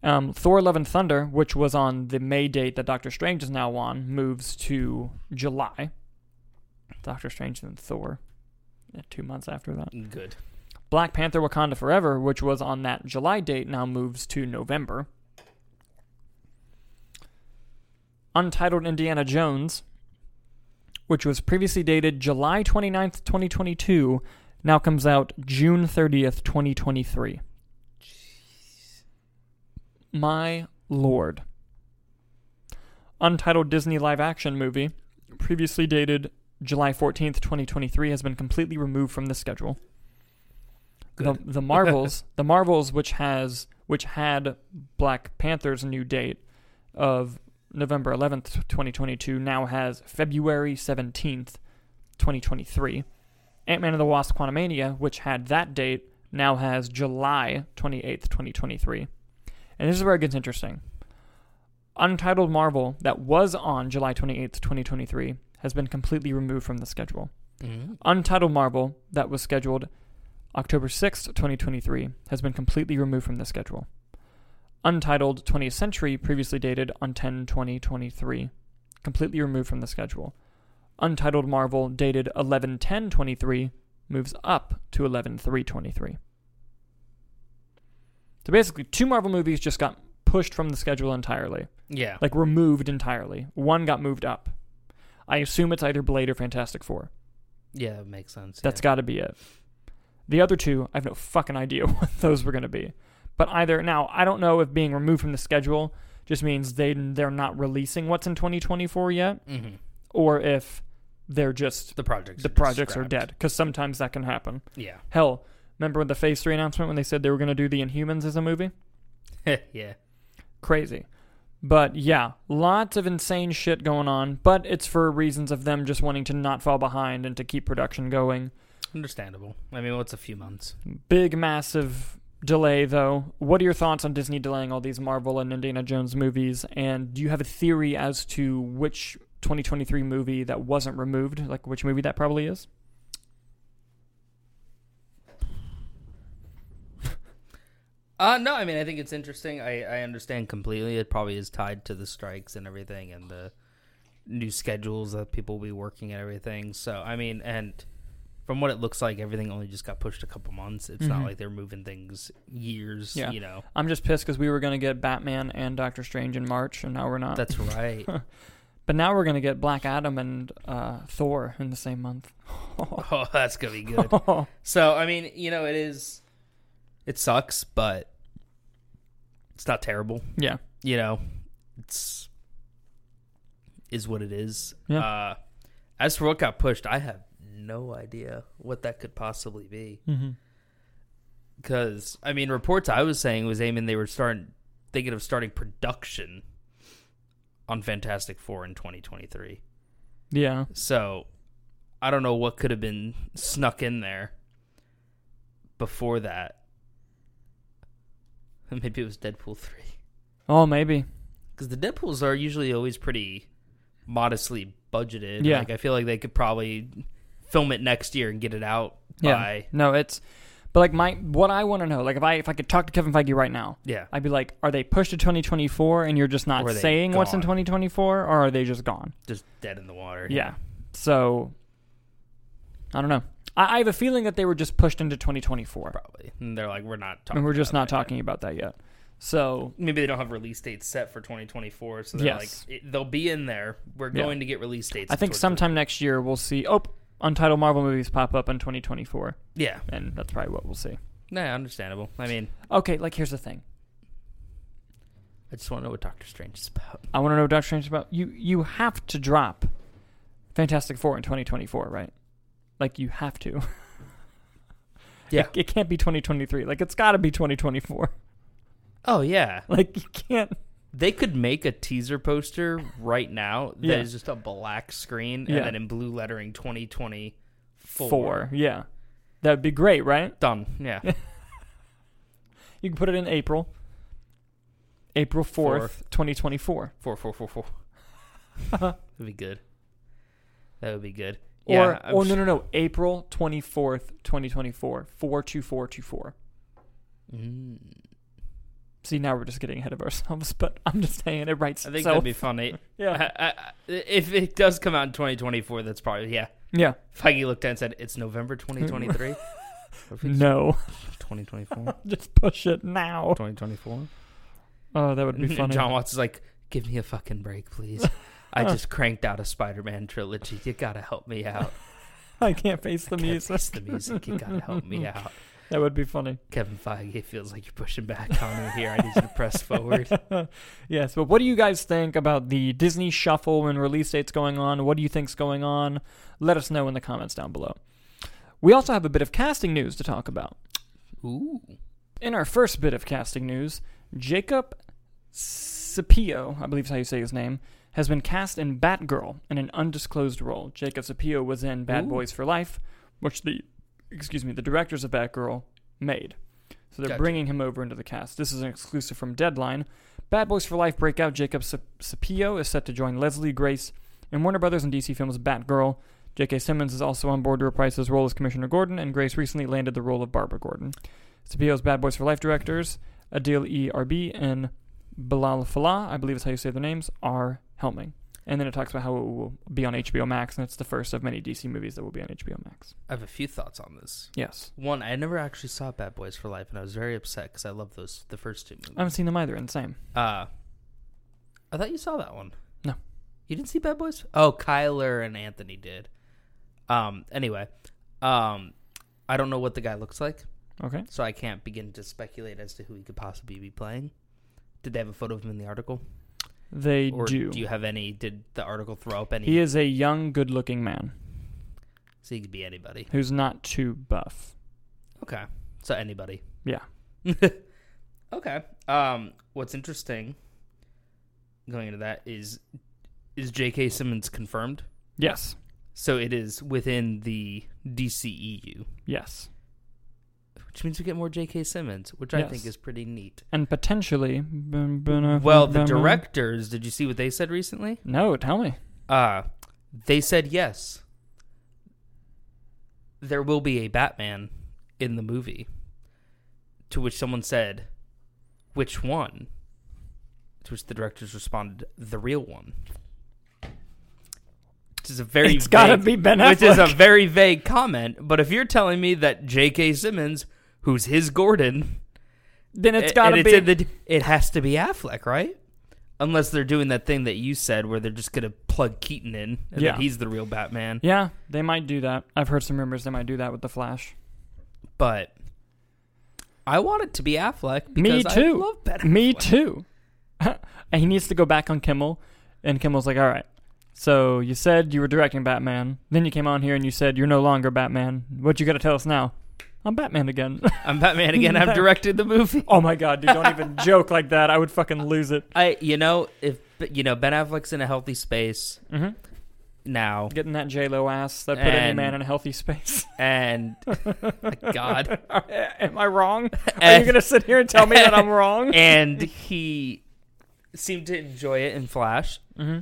Speaker 1: Um, Thor: Love and Thunder, which was on the May date that Doctor Strange is now on, moves to July. Doctor Strange and Thor, yeah, two months after that.
Speaker 2: Good.
Speaker 1: Black Panther: Wakanda Forever, which was on that July date, now moves to November. Untitled Indiana Jones, which was previously dated July 29th, 2022, now comes out June 30th, 2023. My lord. Untitled Disney live action movie, previously dated July 14th, 2023, has been completely removed from the schedule. The, the Marvels, the Marvels which has which had Black Panther's new date of November 11th, 2022 now has February 17th, 2023. Ant-Man and the Wasp Quantumania, which had that date, now has July 28th, 2023. And this is where it gets interesting. Untitled Marvel, that was on July 28th, 2023, has been completely removed from the schedule.
Speaker 2: Mhm.
Speaker 1: Untitled Marvel, that was scheduled October 6th, 2023, has been completely removed from the schedule. Untitled 20th Century, previously dated on 10 2023, completely removed from the schedule. Untitled Marvel, dated 11 10 23, moves up to 11 3 23. So basically, two Marvel movies just got pushed from the schedule entirely,
Speaker 2: Yeah.
Speaker 1: like removed entirely. One got moved up. I assume it's either Blade or Fantastic Four.
Speaker 2: Yeah. It makes sense.
Speaker 1: That's
Speaker 2: yeah.
Speaker 1: got to be it. The other two, I have no fucking idea what those were going to be. But either now, I don't know if being removed from the schedule just means they they're not releasing what's in 2024 yet,
Speaker 2: Mm-hmm.
Speaker 1: or if they're just
Speaker 2: The projects.
Speaker 1: the
Speaker 2: are just
Speaker 1: projects are
Speaker 2: scrapped.
Speaker 1: dead. Because sometimes that can happen.
Speaker 2: Yeah.
Speaker 1: Hell, remember the Phase Three announcement when they said they were going to do the Inhumans as a movie?
Speaker 2: yeah.
Speaker 1: crazy. But yeah, lots of insane shit going on, but it's for reasons of them just wanting to not fall behind and to keep production going.
Speaker 2: Understandable. I mean, what's a few months?
Speaker 1: Big, massive delay, though. What are your thoughts on Disney delaying all these Marvel and Indiana Jones movies? And do you have a theory as to which 2023 movie that wasn't removed, like which movie that probably is?
Speaker 2: Uh, no, I mean, I think it's interesting. I, I understand completely. It probably is tied to the strikes and everything and the new schedules that people will be working and everything. So, I mean, and from what it looks like, everything only just got pushed a couple months. It's
Speaker 1: Mhm.
Speaker 2: not like they're moving things years,
Speaker 1: Yeah.
Speaker 2: you know.
Speaker 1: I'm just pissed because we were going to get Batman and Doctor Strange in March, and now we're not.
Speaker 2: That's right.
Speaker 1: but now we're going to get Black Adam and uh, Thor in the same month.
Speaker 2: oh, that's going to be good. So, I mean, you know, it is, it sucks, but it's not terrible.
Speaker 1: yeah.
Speaker 2: you know, it's is what it is.
Speaker 1: Yeah.
Speaker 2: Uh, as for what got pushed, I have no idea what that could possibly be.
Speaker 1: Mm-hmm.
Speaker 2: Because I mean, reports I was saying was aiming they were starting thinking of starting production on Fantastic Four in 2023.
Speaker 1: Yeah.
Speaker 2: So I don't know what could have been snuck in there before that. Maybe it was Deadpool three.
Speaker 1: Oh, maybe.
Speaker 2: because the Deadpool's are usually always pretty modestly budgeted.
Speaker 1: Yeah.
Speaker 2: like I feel like they could probably film it next year and get it out
Speaker 1: Yeah.
Speaker 2: by
Speaker 1: No, it's. But like my, what I want to know, like if I if I could talk to Kevin Feige right now,
Speaker 2: yeah.
Speaker 1: I'd be like, are they pushed to 2024 and you're just not
Speaker 2: Or are they
Speaker 1: saying what's in
Speaker 2: gone?
Speaker 1: 2024, or are they just gone?
Speaker 2: just dead in the water.
Speaker 1: Yeah. So. I don't know. I, I have a feeling that they were just pushed into 2024,
Speaker 2: probably. And they're like, we're not talking.
Speaker 1: and we're just
Speaker 2: about
Speaker 1: not
Speaker 2: that yet."
Speaker 1: talking about that yet. So
Speaker 2: Maybe they don't have release dates set for 2024, so they're
Speaker 1: Yes.
Speaker 2: like, it, they'll be in there. We're
Speaker 1: Yeah.
Speaker 2: going to get release dates.
Speaker 1: I think
Speaker 2: towards the-
Speaker 1: sometime next year we'll see. Oh, untitled Marvel movies pop up in 2024,
Speaker 2: Yeah,
Speaker 1: and that's probably what we'll see.
Speaker 2: nah, understandable. I mean,
Speaker 1: Okay, like here's the thing.
Speaker 2: I just want to know what Doctor Strange is about.
Speaker 1: I want to know what Doctor Strange is about. You you have to drop Fantastic Four in 2024, right? Like you have to.
Speaker 2: Yeah.
Speaker 1: It can't be 2023. Like it's got to be 2024.
Speaker 2: Oh yeah,
Speaker 1: Like you can't.
Speaker 2: They could make a teaser poster right now that is
Speaker 1: Yeah.
Speaker 2: just a black screen and
Speaker 1: Yeah.
Speaker 2: then in blue lettering 2024.
Speaker 1: Four. Yeah. That would be great, right?
Speaker 2: Done. Yeah.
Speaker 1: You can put it in April. April 4th,
Speaker 2: Fourth.
Speaker 1: 2024.
Speaker 2: Four, four, four, four. That'd be good. That would be good.
Speaker 1: or
Speaker 2: I'm
Speaker 1: oh no
Speaker 2: s-
Speaker 1: no no, April 24th, 2024. 42424.
Speaker 2: Mm.
Speaker 1: See, now we're just getting ahead of ourselves, but I'm just saying it writes
Speaker 2: I think
Speaker 1: itself.
Speaker 2: that'd be funny.
Speaker 1: yeah.
Speaker 2: I- I- I- if it does come out in 2024, that's probably, yeah.
Speaker 1: Yeah.
Speaker 2: Feige looked at it and said, it's November 2023. Or if it's
Speaker 1: No.
Speaker 2: 2024.
Speaker 1: Just push it now.
Speaker 2: 2024.
Speaker 1: Oh, that would be
Speaker 2: And
Speaker 1: funny.
Speaker 2: John Watts is like, give me a fucking break, please. I just cranked out a Spider-Man trilogy. You gotta help me out.
Speaker 1: I can't face the
Speaker 2: Can't
Speaker 1: music.
Speaker 2: face the music. You gotta help me out.
Speaker 1: That would be funny.
Speaker 2: Kevin Feige it feels like you're pushing back on me here. I need you to press forward.
Speaker 1: yes, but what do you guys think about the Disney shuffle and release dates going on? What do you think's going on? Let us know in the comments down below. We also have a bit of casting news to talk about.
Speaker 2: Ooh,
Speaker 1: In our first bit of casting news, Jacob Sapio, I believe is how you say his name, has been cast in Batgirl in an undisclosed role. Jacob Sapio was in Bad
Speaker 2: Ooh.
Speaker 1: Boys for Life, which the excuse me, the directors of Batgirl made. So they're
Speaker 2: Gotcha.
Speaker 1: bringing him over into the cast. This is an exclusive from Deadline. Bad Boys for Life breakout Jacob Sa- Sapio is set to join Leslie Grace in Warner Brothers and DC Films' Batgirl. J.K. Simmons is also on board to reprise his role as Commissioner Gordon, and Grace recently landed the role of Barbara Gordon. Sapio's Bad Boys for Life directors, Adil E. Arbi and Bilal Falah, I believe is how you say their names, are helming. And then it talks about how it will be on HBO Max, and it's the first of many DC movies that will be on HBO Max.
Speaker 2: I have a few thoughts on this.
Speaker 1: Yes.
Speaker 2: One, I never actually saw Bad Boys for Life, and I was very upset because I love those the first two
Speaker 1: I haven't
Speaker 2: movies.
Speaker 1: seen them either, and same.
Speaker 2: Uh, I thought you saw that one.
Speaker 1: No.
Speaker 2: you didn't see Bad Boys. Oh, Kyler and Anthony did. Um. Anyway, um, I don't know what the guy looks like,
Speaker 1: Okay.
Speaker 2: so I can't begin to speculate as to who he could possibly be playing. Did they have a photo of him in the article?
Speaker 1: They
Speaker 2: Or
Speaker 1: do.
Speaker 2: you have any? Did the article throw up any?
Speaker 1: He is a young, good-looking man
Speaker 2: so he could be anybody.
Speaker 1: who's not too buff.
Speaker 2: Okay. So anybody.
Speaker 1: Yeah.
Speaker 2: okay. Um, what's interesting going into that is is J.K. Simmons confirmed?
Speaker 1: Yes.
Speaker 2: So it is within the DCEU,
Speaker 1: Yes.
Speaker 2: which means we get more J.K. Simmons, which I think
Speaker 1: Yes.
Speaker 2: is pretty neat.
Speaker 1: And potentially. Well,
Speaker 2: Well, the directors, did you see what they said recently?
Speaker 1: No, tell me.
Speaker 2: Uh, they said yes. There will be a Batman in the movie. To which someone said, "Which one?" To which the directors responded, "The real one." Which is a very
Speaker 1: It's gotta
Speaker 2: vague-
Speaker 1: be Ben
Speaker 2: which is a
Speaker 1: Affleck.
Speaker 2: very vague comment. But if you're telling me that J.K. Simmons, who's his Gordon,
Speaker 1: Then it's
Speaker 2: a-
Speaker 1: gotta
Speaker 2: and
Speaker 1: be.
Speaker 2: in the- it has to be Affleck, right? Unless they're doing that thing that you said where they're just going to plug Keaton in and
Speaker 1: Yeah.
Speaker 2: that he's the real Batman.
Speaker 1: yeah, they might do that. I've heard some rumors they might do that with the Flash.
Speaker 2: But I want it to be Affleck
Speaker 1: Me
Speaker 2: because
Speaker 1: too.
Speaker 2: I love Ben
Speaker 1: Me
Speaker 2: Affleck.
Speaker 1: too. and he needs to go back on Kimmel, and Kimmel's like, "All right, so you said you were directing Batman, then you came on here and you said you're no longer Batman. What you got to tell us now? I'm Batman again.
Speaker 2: I'm Batman again. I've directed the movie.
Speaker 1: oh my god, dude, don't even joke like that. I would fucking lose it.
Speaker 2: I you know, if you know, Ben Affleck's in a healthy space
Speaker 1: hmm
Speaker 2: now
Speaker 1: Getting that J Lo ass that put any
Speaker 2: And-
Speaker 1: man in a healthy space.
Speaker 2: and God.
Speaker 1: am I wrong? Are you
Speaker 2: And-
Speaker 1: gonna sit here and tell me that I'm wrong?
Speaker 2: and he seemed to enjoy it in Flash.
Speaker 1: hmm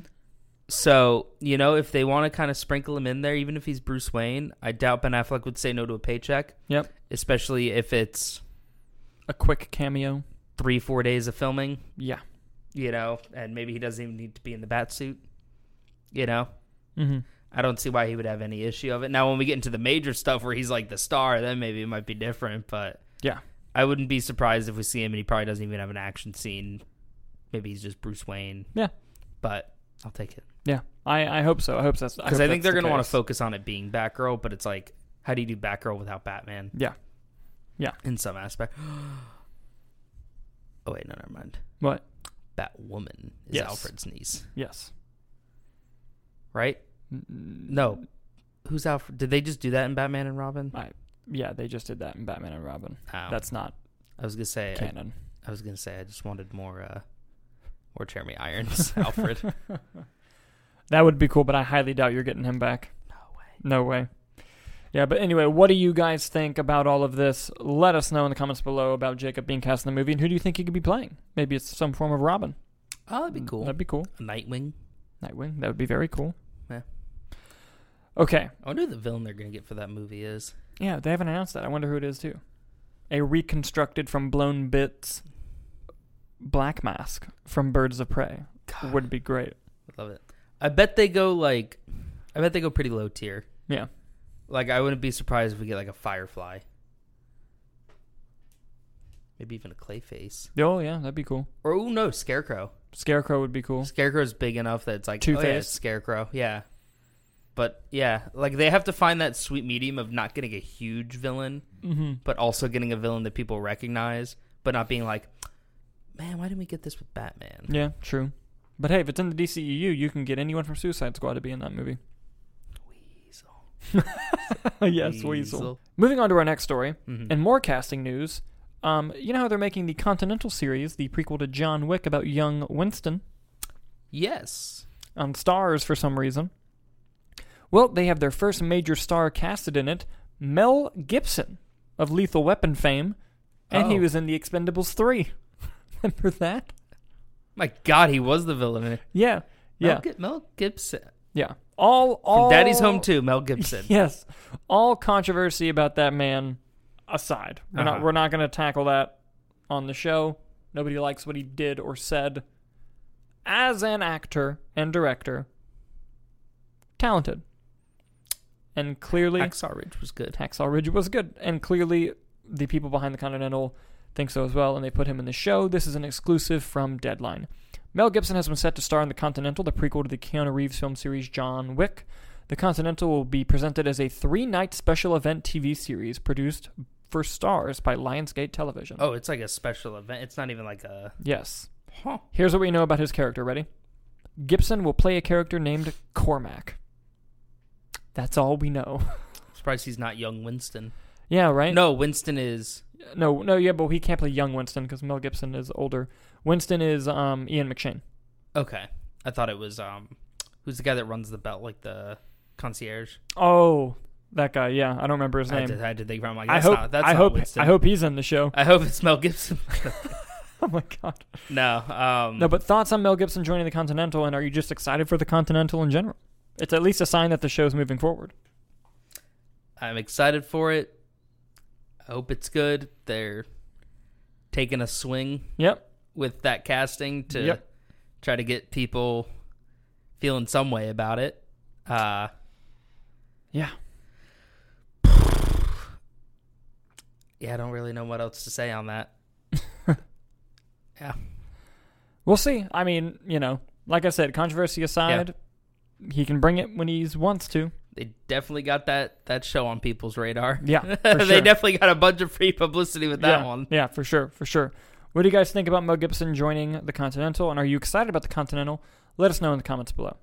Speaker 2: So, you know, if they want to kind of sprinkle him in there, even if he's Bruce Wayne, I doubt Ben Affleck would say no to a paycheck.
Speaker 1: Yep.
Speaker 2: Especially if it's
Speaker 1: A quick cameo.
Speaker 2: three, four days of filming,
Speaker 1: Yeah.
Speaker 2: you know, and maybe he doesn't even need to be in the bat suit. You know?
Speaker 1: hmm
Speaker 2: I don't see why he would have any issue of it. Now when we get into the major stuff where he's like the star, then maybe it might be different, but
Speaker 1: Yeah.
Speaker 2: I wouldn't be surprised if we see him and he probably doesn't even have an action scene. Maybe he's just Bruce Wayne.
Speaker 1: Yeah.
Speaker 2: But I'll take it.
Speaker 1: Yeah. I, I hope so. I hope that's
Speaker 2: because I think they're
Speaker 1: going
Speaker 2: gonna
Speaker 1: to
Speaker 2: want
Speaker 1: want
Speaker 2: to focus on it being Batgirl, but it's like, how do you do Batgirl without Batman?
Speaker 1: Yeah. Yeah.
Speaker 2: in some aspect. oh wait, no, never mind.
Speaker 1: What?
Speaker 2: Batwoman is
Speaker 1: Yes.
Speaker 2: Alfred's niece,
Speaker 1: Yes.
Speaker 2: right? No, who's Alfred? Did they just do that in Batman and Robin?
Speaker 1: Yeah, they just did that in Batman and Robin.
Speaker 2: Oh,
Speaker 1: Uh, That's not
Speaker 2: I was gonna say. I,
Speaker 1: canon.
Speaker 2: I was gonna say I just wanted more, uh, more Jeremy Irons, Alfred.
Speaker 1: That would be cool, but I highly doubt you're getting him back.
Speaker 2: no way.
Speaker 1: No way. Yeah, but anyway, what do you guys think about all of this? Let us know in the comments below about Jacob being cast in the movie and who do you think he could be playing? Maybe it's some form of Robin. Mm,
Speaker 2: Oh, that'd be cool.
Speaker 1: That'd be cool.
Speaker 2: Nightwing.
Speaker 1: Nightwing. That would be very cool.
Speaker 2: Yeah.
Speaker 1: Okay.
Speaker 2: I wonder who the villain they're gonna get for that movie is.
Speaker 1: Yeah, they haven't announced that. I wonder who it is too. A reconstructed from blown bits black mask from Birds of Prey
Speaker 2: God.
Speaker 1: would be great.
Speaker 2: Love it. I bet they go like, I bet they go pretty low tier.
Speaker 1: Yeah.
Speaker 2: Like I wouldn't be surprised if we get like a Firefly, maybe even a Clayface,
Speaker 1: Oh yeah, that'd be cool.
Speaker 2: or oh no, Scarecrow.
Speaker 1: Scarecrow would be cool.
Speaker 2: Scarecrow's big enough that it's like oh, yeah,
Speaker 1: Two-Face.
Speaker 2: it's Scarecrow, yeah. But yeah, like they have to find that sweet medium of not getting a huge villain,
Speaker 1: Mm-hmm.
Speaker 2: but also getting a villain that people recognize, but not being like, man, why didn't we get this with Batman?
Speaker 1: Yeah, true. But hey, if it's in the DCEU, you can get anyone from Suicide Squad to be in that movie.
Speaker 2: Weasel.
Speaker 1: yes, Weasel. Moving on to our next story
Speaker 2: Mhm.
Speaker 1: and more casting news. Um, you know how they're making the Continental series, the prequel to John Wick about young Winston,
Speaker 2: Yes.
Speaker 1: on stars for some reason. Well, they have their first major star casted in it, Mel Gibson of Lethal Weapon fame, and he
Speaker 2: Oh.
Speaker 1: was in The Expendables 3. Remember that?
Speaker 2: My God, he was the villain. in it.
Speaker 1: Yeah. Yeah.
Speaker 2: Mel, Gib- Mel Gibson.
Speaker 1: Yeah. All all
Speaker 2: From Daddy's Home too. Mel Gibson.
Speaker 1: Yes. All controversy about that man aside. We're not
Speaker 2: Uh-huh.
Speaker 1: we're not gonna tackle that on the show. Nobody likes what he did or said. As an actor and director, talented. And clearly
Speaker 2: Hacksaw Ridge was good.
Speaker 1: Hacksaw Ridge was good, and clearly the people behind the Continental think so as well, and they put him in the show. This is an exclusive from Deadline. Mel Gibson has been set to star in the Continental, the prequel to the Keanu Reeves film series John Wick. The Continental will be presented as a three night special event TV series produced for stars by Lionsgate Television.
Speaker 2: Oh, it's like a special event. It's not even like a.
Speaker 1: Yes.
Speaker 2: Huh.
Speaker 1: Here's what we know about his character. Ready? Gibson will play a character named Cormac. That's all we know.
Speaker 2: Surprised he's not young Winston.
Speaker 1: yeah, right?
Speaker 2: No, Winston is.
Speaker 1: No, no, yeah, but he can't play young Winston because Mel Gibson is older. Winston is um, Ian McShane.
Speaker 2: Okay. I thought it was um who's the guy that runs the belt like the concierge?
Speaker 1: Oh, that guy. Yeah, I don't remember his
Speaker 2: I had,
Speaker 1: name.
Speaker 2: to, I had to think about like
Speaker 1: I
Speaker 2: that's
Speaker 1: hope.
Speaker 2: not that's
Speaker 1: I
Speaker 2: not
Speaker 1: hope.
Speaker 2: Winston.
Speaker 1: I hope he's in the show.
Speaker 2: I hope it's Mel Gibson.
Speaker 1: Oh my god.
Speaker 2: no. Um
Speaker 1: No, but thoughts on Mel Gibson joining the Continental, and are you just excited for the Continental in general? It's at least a sign that the show's moving forward.
Speaker 2: I'm excited for it. I hope it's good. They're taking a swing
Speaker 1: Yep.
Speaker 2: with that casting to
Speaker 1: Yep.
Speaker 2: try to get people feeling some way about it. Uh
Speaker 1: Yeah.
Speaker 2: yeah, I don't really know what else to say on that. yeah.
Speaker 1: We'll see. I mean, you know, like I said, controversy aside, he can bring it when he wants to.
Speaker 2: They definitely got that that show on people's radar.
Speaker 1: Yeah, for
Speaker 2: they
Speaker 1: sure.
Speaker 2: definitely got a bunch of free publicity with that
Speaker 1: yeah.
Speaker 2: one.
Speaker 1: Yeah, for sure, for sure. What do you guys think about Mel Gibson joining the Continental, and are you excited about the Continental? Let us know in the comments below.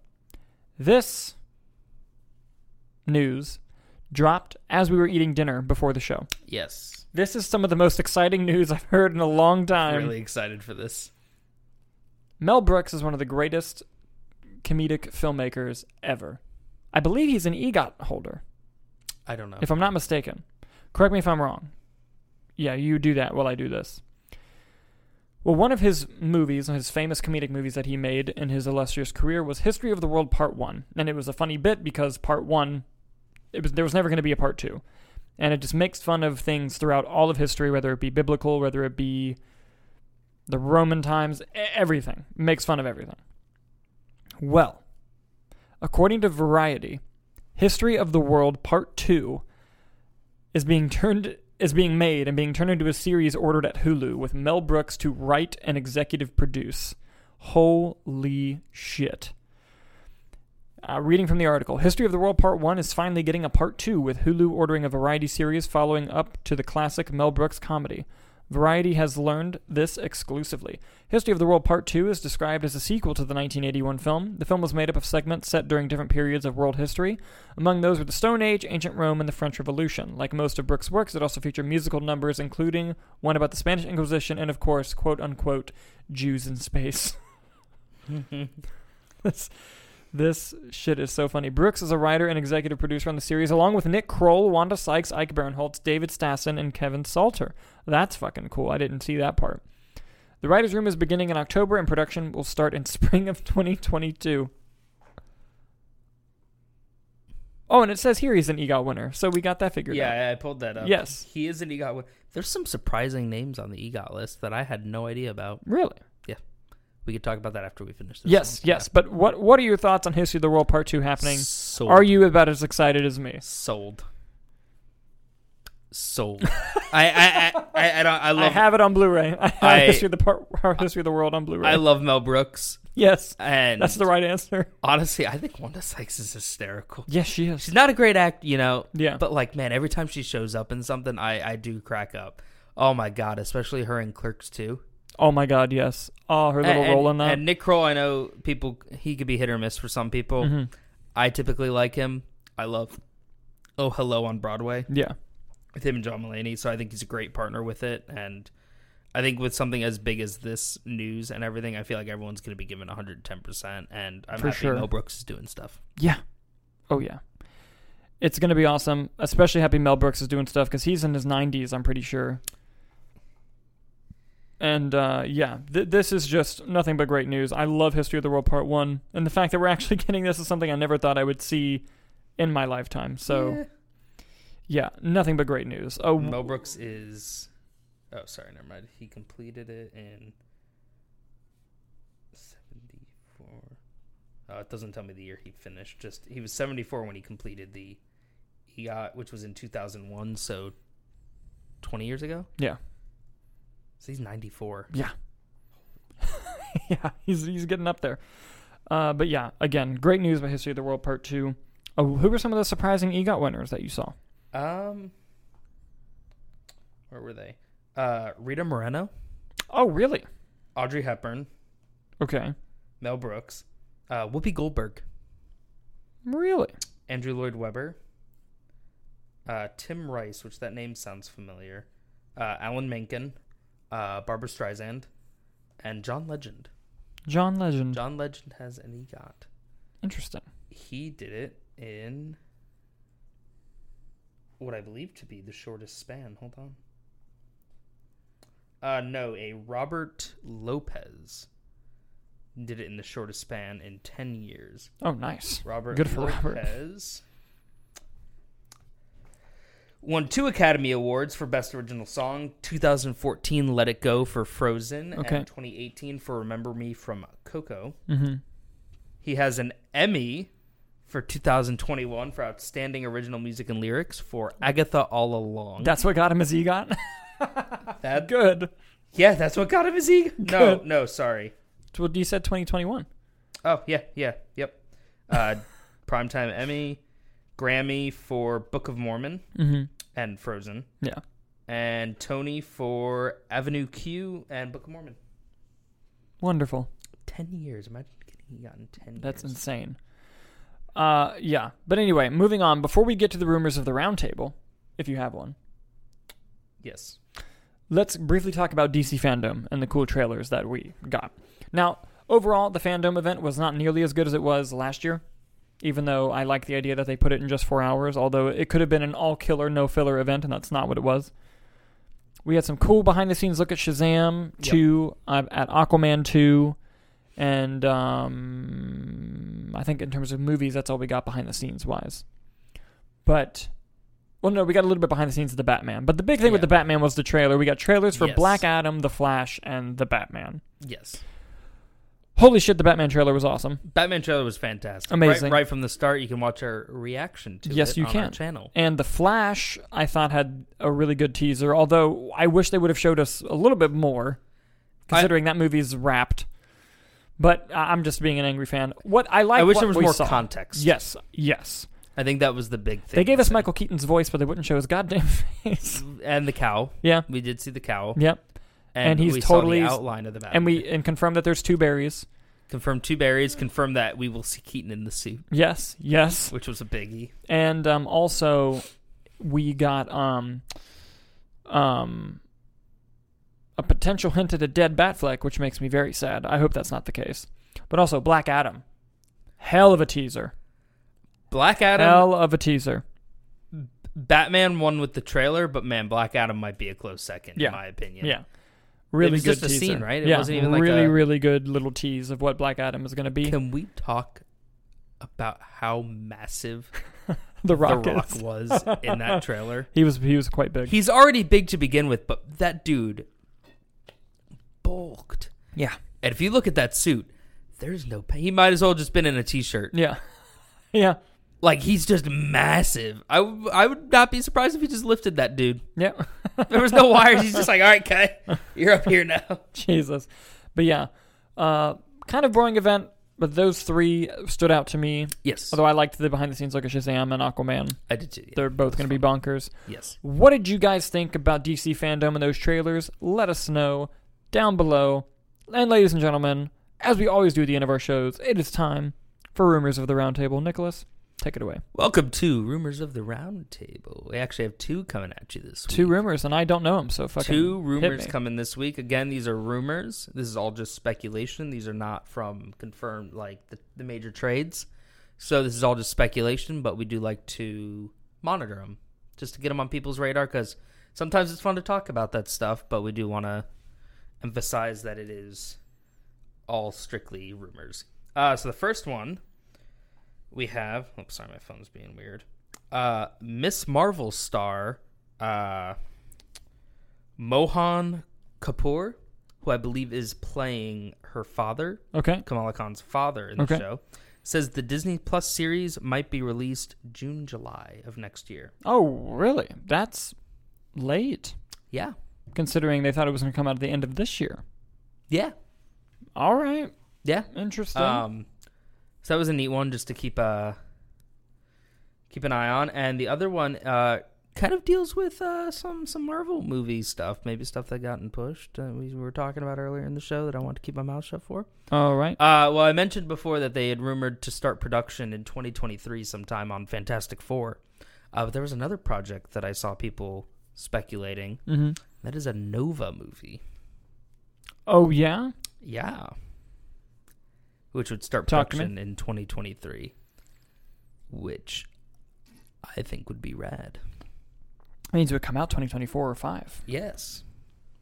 Speaker 1: This news dropped as we were eating dinner before the show.
Speaker 2: Yes,
Speaker 1: This is some of the most exciting news I've heard in a long
Speaker 2: I'm
Speaker 1: time.
Speaker 2: really excited for this.
Speaker 1: Mel Brooks is one of the greatest comedic filmmakers ever. I believe he's an EGOT holder,
Speaker 2: I don't know.
Speaker 1: if I'm not mistaken. Correct me if I'm wrong. Yeah, you do that while I do this. Well, one of his movies, his famous comedic movies that he made in his illustrious career, was History of the World Part 1. And it was a funny bit because Part 1, it was, there was never going to be a Part 2. And it just makes fun of things throughout all of history, whether it be biblical, whether it be the Roman times, e- everything. It makes fun of everything. Well, according to Variety, History of the World Part 2 is being turned is being made and being turned into a series ordered at Hulu with Mel Brooks to write and executive produce. Holy shit. Uh, reading from the article, History of the World Part 1 is finally getting a Part 2 with Hulu ordering a variety series following up to the classic Mel Brooks comedy. Variety has learned this exclusively. History of the World Part 2 is described as a sequel to the 1981 film. The film was made up of segments set during different periods of world history. Among those were the Stone Age, ancient Rome, and the French Revolution. Like most of Brooks' works, it also featured musical numbers, including one about the Spanish Inquisition and, of course, quote unquote, Jews in space. this, this shit is so funny. Brooks is a writer and executive producer on the series, along with Nick Kroll, Wanda Sykes, Ike Barinholtz, David Stassen, and Kevin Salter. That's fucking cool. I didn't see that part. The writer's room is beginning in October, and production will start in spring of 2022. Oh, and it says here he's an EGOT winner, so we got that figured out.
Speaker 2: yeah, I- I pulled that up.
Speaker 1: Yes.
Speaker 2: he is an E EGOT. win- There's some surprising names on the E EGOT list that I had no idea about.
Speaker 1: Really?
Speaker 2: We could talk about that after we finish this.
Speaker 1: Yes,
Speaker 2: one.
Speaker 1: yes. But what what are your thoughts on History of the World Part 2
Speaker 2: Yeah.
Speaker 1: happening?
Speaker 2: Sold.
Speaker 1: Are you about as excited as me?
Speaker 2: sold? Sold. I, I, I, I, I, don't, I
Speaker 1: I
Speaker 2: love.
Speaker 1: have it on Blu-ray. I have
Speaker 2: I-
Speaker 1: History of the Part History of the World on Blu-ray.
Speaker 2: I love Mel Brooks,
Speaker 1: yes.
Speaker 2: and
Speaker 1: That's the right answer.
Speaker 2: honestly, I think Wanda Sykes is hysterical.
Speaker 1: Yes, she is.
Speaker 2: She's not a great act, you know.
Speaker 1: Yeah.
Speaker 2: But like, man, every time she shows up in something, I I do crack up. Oh my god, especially her in Clerks too.
Speaker 1: Oh my god, yes. Oh, her little
Speaker 2: and,
Speaker 1: role in that.
Speaker 2: And Nick Kroll, I know people he could be hit or miss for some people.
Speaker 1: Mm-hmm.
Speaker 2: I typically like him. I love Oh Hello on Broadway
Speaker 1: yeah.
Speaker 2: with him and John Mulaney, so I think he's a great partner with it. And I think with something as big as this news and everything, I feel like everyone's going to be given 110%. And I'm
Speaker 1: For
Speaker 2: happy
Speaker 1: sure.
Speaker 2: Mel Brooks is doing stuff.
Speaker 1: Yeah. Oh yeah. It's gonna be awesome. Especially happy Mel Brooks is doing stuff because he's in his 90s. I'm pretty sure. And uh, yeah, th- this is just nothing but great news. I love History of the World Part One, and the fact that we're actually getting this is something I never thought I would see in my lifetime. So yeah, nothing but great news. Oh,
Speaker 2: Mel Brooks is. Oh, sorry, never mind. He completed it in seventy-four. Oh, it doesn't tell me the year he finished. Just he was seventy-four when he completed the he got, which was in two thousand one. So twenty years ago.
Speaker 1: Yeah.
Speaker 2: So he's ninety-four.
Speaker 1: yeah, he's he's getting up there. Uh, but yeah, again, great news about History of the World Part Two. Oh, who were some of the surprising EGOT winners that you saw?
Speaker 2: Um, where were they? Uh, Rita Moreno,
Speaker 1: Oh, really?
Speaker 2: Audrey Hepburn,
Speaker 1: Okay.
Speaker 2: Mel Brooks, uh, Whoopi Goldberg,
Speaker 1: Really?
Speaker 2: Andrew Lloyd Webber, uh, Tim Rice, which that name sounds familiar, uh, Alan Menken, uh, Barbara Streisand, and John Legend.
Speaker 1: John Legend.
Speaker 2: John Legend has an EGOT.
Speaker 1: Interesting.
Speaker 2: He did it in what I believe to be the shortest span. Hold on. Uh, no, a Robert Lopez did it in the shortest span in 10 years.
Speaker 1: Oh, nice.
Speaker 2: Robert
Speaker 1: Good for Robert.
Speaker 2: Lopez won two Academy Awards for Best Original Song, 2014 Let It Go for Frozen,
Speaker 1: Okay.
Speaker 2: and 2018 for Remember Me from Coco.
Speaker 1: Mm-hmm.
Speaker 2: He has an Emmy for 2021 for Outstanding Original Music and Lyrics for Agatha All Along.
Speaker 1: That's what got him his EGOT?
Speaker 2: That-
Speaker 1: Good.
Speaker 2: yeah, that's what got him his ego. No,
Speaker 1: Good.
Speaker 2: no, sorry.
Speaker 1: Well, you said 2021.
Speaker 2: Oh, yeah, yeah, yep. Uh, Primetime Emmy, Grammy for Book of Mormon
Speaker 1: Mm-hmm.
Speaker 2: and Frozen,
Speaker 1: Yeah.
Speaker 2: and Tony for Avenue Q and Book of Mormon.
Speaker 1: Wonderful.
Speaker 2: 10 years. Imagine getting EGOT in 10
Speaker 1: That's
Speaker 2: years.
Speaker 1: insane. Uh, yeah. But anyway, moving on. Before we get to the rumors of the roundtable, if you have one,
Speaker 2: yes.
Speaker 1: let's briefly talk about DC fandom and the cool trailers that we got. Now, overall, the fandom event was not nearly as good as it was last year. Even though I like the idea that they put it in just four hours, although it could have been an all killer, no filler event, and that's not what it was. We had some cool behind the scenes look at Shazam
Speaker 2: Yep.
Speaker 1: 2, uh, at Aquaman 2, and um, I think in terms of movies, that's all we got behind the scenes wise. But well, no, we got a little bit behind the scenes of the Batman. But the big thing with
Speaker 2: Yeah.
Speaker 1: the Batman was the trailer. We got trailers for
Speaker 2: Yes.
Speaker 1: Black Adam, The Flash, and the Batman.
Speaker 2: Yes.
Speaker 1: Holy shit, the Batman trailer was awesome.
Speaker 2: Batman trailer was fantastic.
Speaker 1: Amazing.
Speaker 2: Right, right from the start, you can watch our reaction to
Speaker 1: Yes,
Speaker 2: it
Speaker 1: you
Speaker 2: on our
Speaker 1: can.
Speaker 2: channel.
Speaker 1: And The Flash, I thought, had a really good teaser, although I wish they would have showed us a little bit more,
Speaker 2: I-
Speaker 1: considering that movie's wrapped. But I- I'm just being an angry fan. What I like
Speaker 2: I wish
Speaker 1: what
Speaker 2: there was
Speaker 1: we
Speaker 2: more
Speaker 1: saw.
Speaker 2: context.
Speaker 1: Yes, yes.
Speaker 2: I think that was the big thing.
Speaker 1: They gave us
Speaker 2: Michael
Speaker 1: Michael Keaton's voice, but they wouldn't show his goddamn face.
Speaker 2: and the cow.
Speaker 1: yeah,
Speaker 2: We did see the cow,
Speaker 1: yep.
Speaker 2: and,
Speaker 1: and he's
Speaker 2: we
Speaker 1: totally-
Speaker 2: saw the outline of the Batman.
Speaker 1: And we and confirmed that there's two berries.
Speaker 2: confirmed two berries. Confirmed that we will see Keaton in the suit,
Speaker 1: Yes, yes.
Speaker 2: which was a biggie.
Speaker 1: and um, also we got um, um, a potential hint at a dead Batfleck, which makes me very sad. I hope that's not the case. But also Black Adam, hell of a teaser,
Speaker 2: Black Adam,
Speaker 1: hell of a teaser.
Speaker 2: Batman won with the trailer, but man, Black Adam might be a close second
Speaker 1: Yeah.
Speaker 2: in my opinion.
Speaker 1: Yeah, really
Speaker 2: was
Speaker 1: good
Speaker 2: just a
Speaker 1: teaser.
Speaker 2: scene, right? It
Speaker 1: yeah,
Speaker 2: wasn't even like
Speaker 1: really,
Speaker 2: a-
Speaker 1: really good little tease of what Black Adam is going to be.
Speaker 2: Can we talk about how massive
Speaker 1: the Rock,
Speaker 2: The Rock
Speaker 1: is.
Speaker 2: was in that trailer?
Speaker 1: He was he was quite big.
Speaker 2: He's already big to begin with, but that dude bulked.
Speaker 1: yeah,
Speaker 2: And if you look at that suit, there's no. pa- He might as well just been in a t-shirt.
Speaker 1: yeah, yeah,
Speaker 2: Like he's just massive. I, w- I would not be surprised if he just lifted that dude.
Speaker 1: yeah.
Speaker 2: There was no wires. He's just like, all right, guy, you're up here now.
Speaker 1: Jesus. But yeah, uh, kind of boring event, but those three stood out to me.
Speaker 2: Yes,
Speaker 1: Although I liked the behind the scenes look at Shazam and Aquaman.
Speaker 2: I did too. yeah.
Speaker 1: They're both going to be bonkers.
Speaker 2: Yes,
Speaker 1: What did you guys think about DC fandom and those trailers? Let us know down below. And ladies and gentlemen, as we always do at the end of our shows, it is time for Rumors of the Roundtable. Nicholas, take it away.
Speaker 2: welcome to Rumors of the Round Table. We actually have two coming at you this week.
Speaker 1: Two rumors, and I don't know them, so fucking
Speaker 2: Two rumors
Speaker 1: hit me.
Speaker 2: coming this week. Again, these are rumors. This is all just speculation. These are not from confirmed, like the, the major trades. So this is all just speculation, but we do like to monitor them just to get them on people's radar because sometimes it's fun to talk about that stuff, but we do want to emphasize that it is all strictly rumors. Uh, so the first one we have. Oh, sorry, my phone's being weird. Uh, Miss Marvel star. Uh, Mohan Kapoor, who I believe is playing her father,
Speaker 1: Okay.
Speaker 2: Kamala Khan's father in the
Speaker 1: Okay.
Speaker 2: show, says the Disney Plus series might be released June, July of next year.
Speaker 1: Oh, really? That's late,
Speaker 2: Yeah.
Speaker 1: considering they thought it was going to come out at the end of this year.
Speaker 2: Yeah.
Speaker 1: All right.
Speaker 2: Yeah.
Speaker 1: Um, Interesting.
Speaker 2: Um, so that was a neat one just to keep uh keep an eye on. And the other one uh, kind of deals with uh, some some Marvel movie stuff, maybe stuff that gotten pushed. Uh, we were talking about earlier in the show that I want to keep my mouth shut for.
Speaker 1: All right.
Speaker 2: Uh, well, I mentioned before that they had rumored to start production in 2023 sometime on Fantastic Four. Uh, but there was another project that I saw people speculating.
Speaker 1: Mm-hmm.
Speaker 2: That is a Nova movie.
Speaker 1: Oh yeah.
Speaker 2: Yeah. Which would start
Speaker 1: Talk to me.
Speaker 2: production in 2023. Which I think would be rad.
Speaker 1: That means it would come out 2024 or five.
Speaker 2: Yes.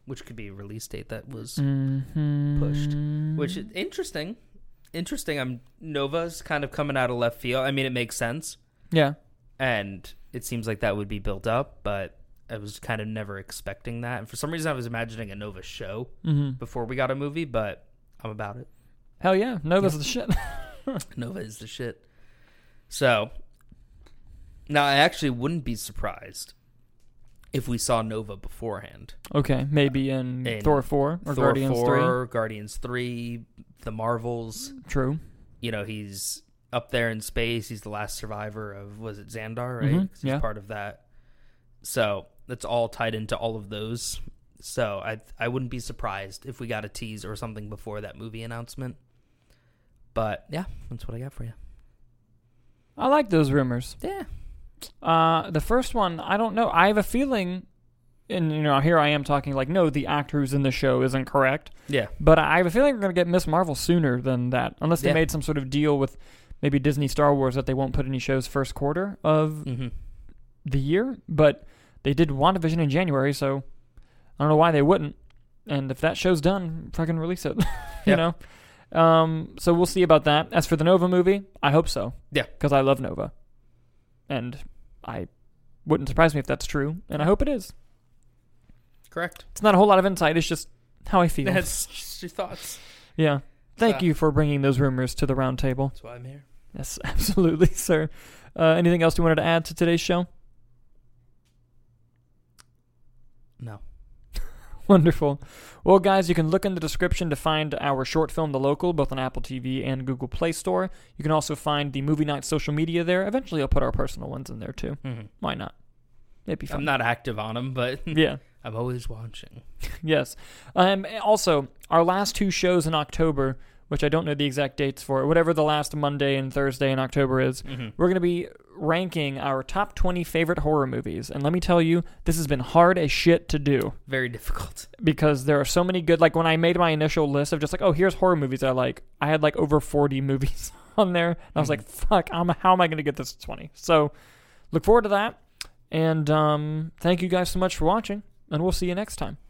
Speaker 2: Which could be a release date that was
Speaker 1: Mm-hmm.
Speaker 2: Pushed. which is interesting. Interesting. I'm Nova's kind of coming out of left field. I mean, it makes sense,
Speaker 1: Yeah.
Speaker 2: and it seems like that would be built up, but I was kind of never expecting that. And for some reason, I was imagining a Nova show
Speaker 1: Mm-hmm.
Speaker 2: before we got a movie, but I'm about it.
Speaker 1: Hell yeah. Nova's the shit.
Speaker 2: Nova is the shit. So now I actually wouldn't be surprised if we saw Nova beforehand.
Speaker 1: okay. Maybe Uh, in,
Speaker 2: In
Speaker 1: Thor four or
Speaker 2: Thor
Speaker 1: Guardians
Speaker 2: 4, Guardians 3, The Marvels.
Speaker 1: three. True.
Speaker 2: you know he's up there in space. He's the last survivor of was it Xandar, right?
Speaker 1: Mhm,
Speaker 2: 'Cause
Speaker 1: yeah.
Speaker 2: He's part of that. So that's all tied into all of those. So I I wouldn't be surprised if we got a tease or something before that movie announcement. But yeah, that's what I got for you.
Speaker 1: I like those rumors.
Speaker 2: Yeah.
Speaker 1: Uh, the first one, I don't know. I have a feeling, and you know, here I am talking like, no, the actor who's in the show isn't correct.
Speaker 2: Yeah.
Speaker 1: But I have a feeling we're gonna get Miss Marvel sooner than that, unless they
Speaker 2: Yeah.
Speaker 1: made some sort of deal with maybe Disney Star Wars that they won't put any shows first quarter of
Speaker 2: Mm-hmm.
Speaker 1: the year. But they did WandaVision in January, so I don't know why they wouldn't. And if that show's done, fucking release it. you
Speaker 2: Yeah.
Speaker 1: know. Um, so we'll see about that. As for the Nova movie, I hope so.
Speaker 2: Yeah.
Speaker 1: Because I love Nova, and I wouldn't surprise me if that's true. And I hope it is.
Speaker 2: Correct.
Speaker 1: It's not a whole lot of insight. It's just how I feel.
Speaker 2: That's just your thoughts.
Speaker 1: yeah. Thank
Speaker 2: So-
Speaker 1: you for bringing those rumors to the round table.
Speaker 2: That's why I'm here.
Speaker 1: Yes, absolutely, sir. Uh, anything else you wanted to add to today's show?
Speaker 2: No.
Speaker 1: Wonderful. Well, guys, you can look in the description to find our short film, The Local, both on Apple TV and Google Play Store. You can also find the Movie Night social media there. Eventually, I'll put our personal ones in there too.
Speaker 2: Mhm.
Speaker 1: Why not? It'd be fun.
Speaker 2: I'm not active on them, but
Speaker 1: yeah.
Speaker 2: I'm always watching.
Speaker 1: Yes. Um, also, our last two shows in October, which I don't know the exact dates for, whatever the last Monday and Thursday in October is,
Speaker 2: Mhm.
Speaker 1: we're going to be ranking our top 20 favorite horror movies. And let me tell you, this has been hard as shit to do
Speaker 2: Very difficult.
Speaker 1: because there are so many good like when I made my initial list of just like oh here's horror movies I like I had like over 40 movies on there and I was like fuck I'm, how am I going to get this to 20 so look forward to that and um, thank you guys so much for watching and we'll see you next time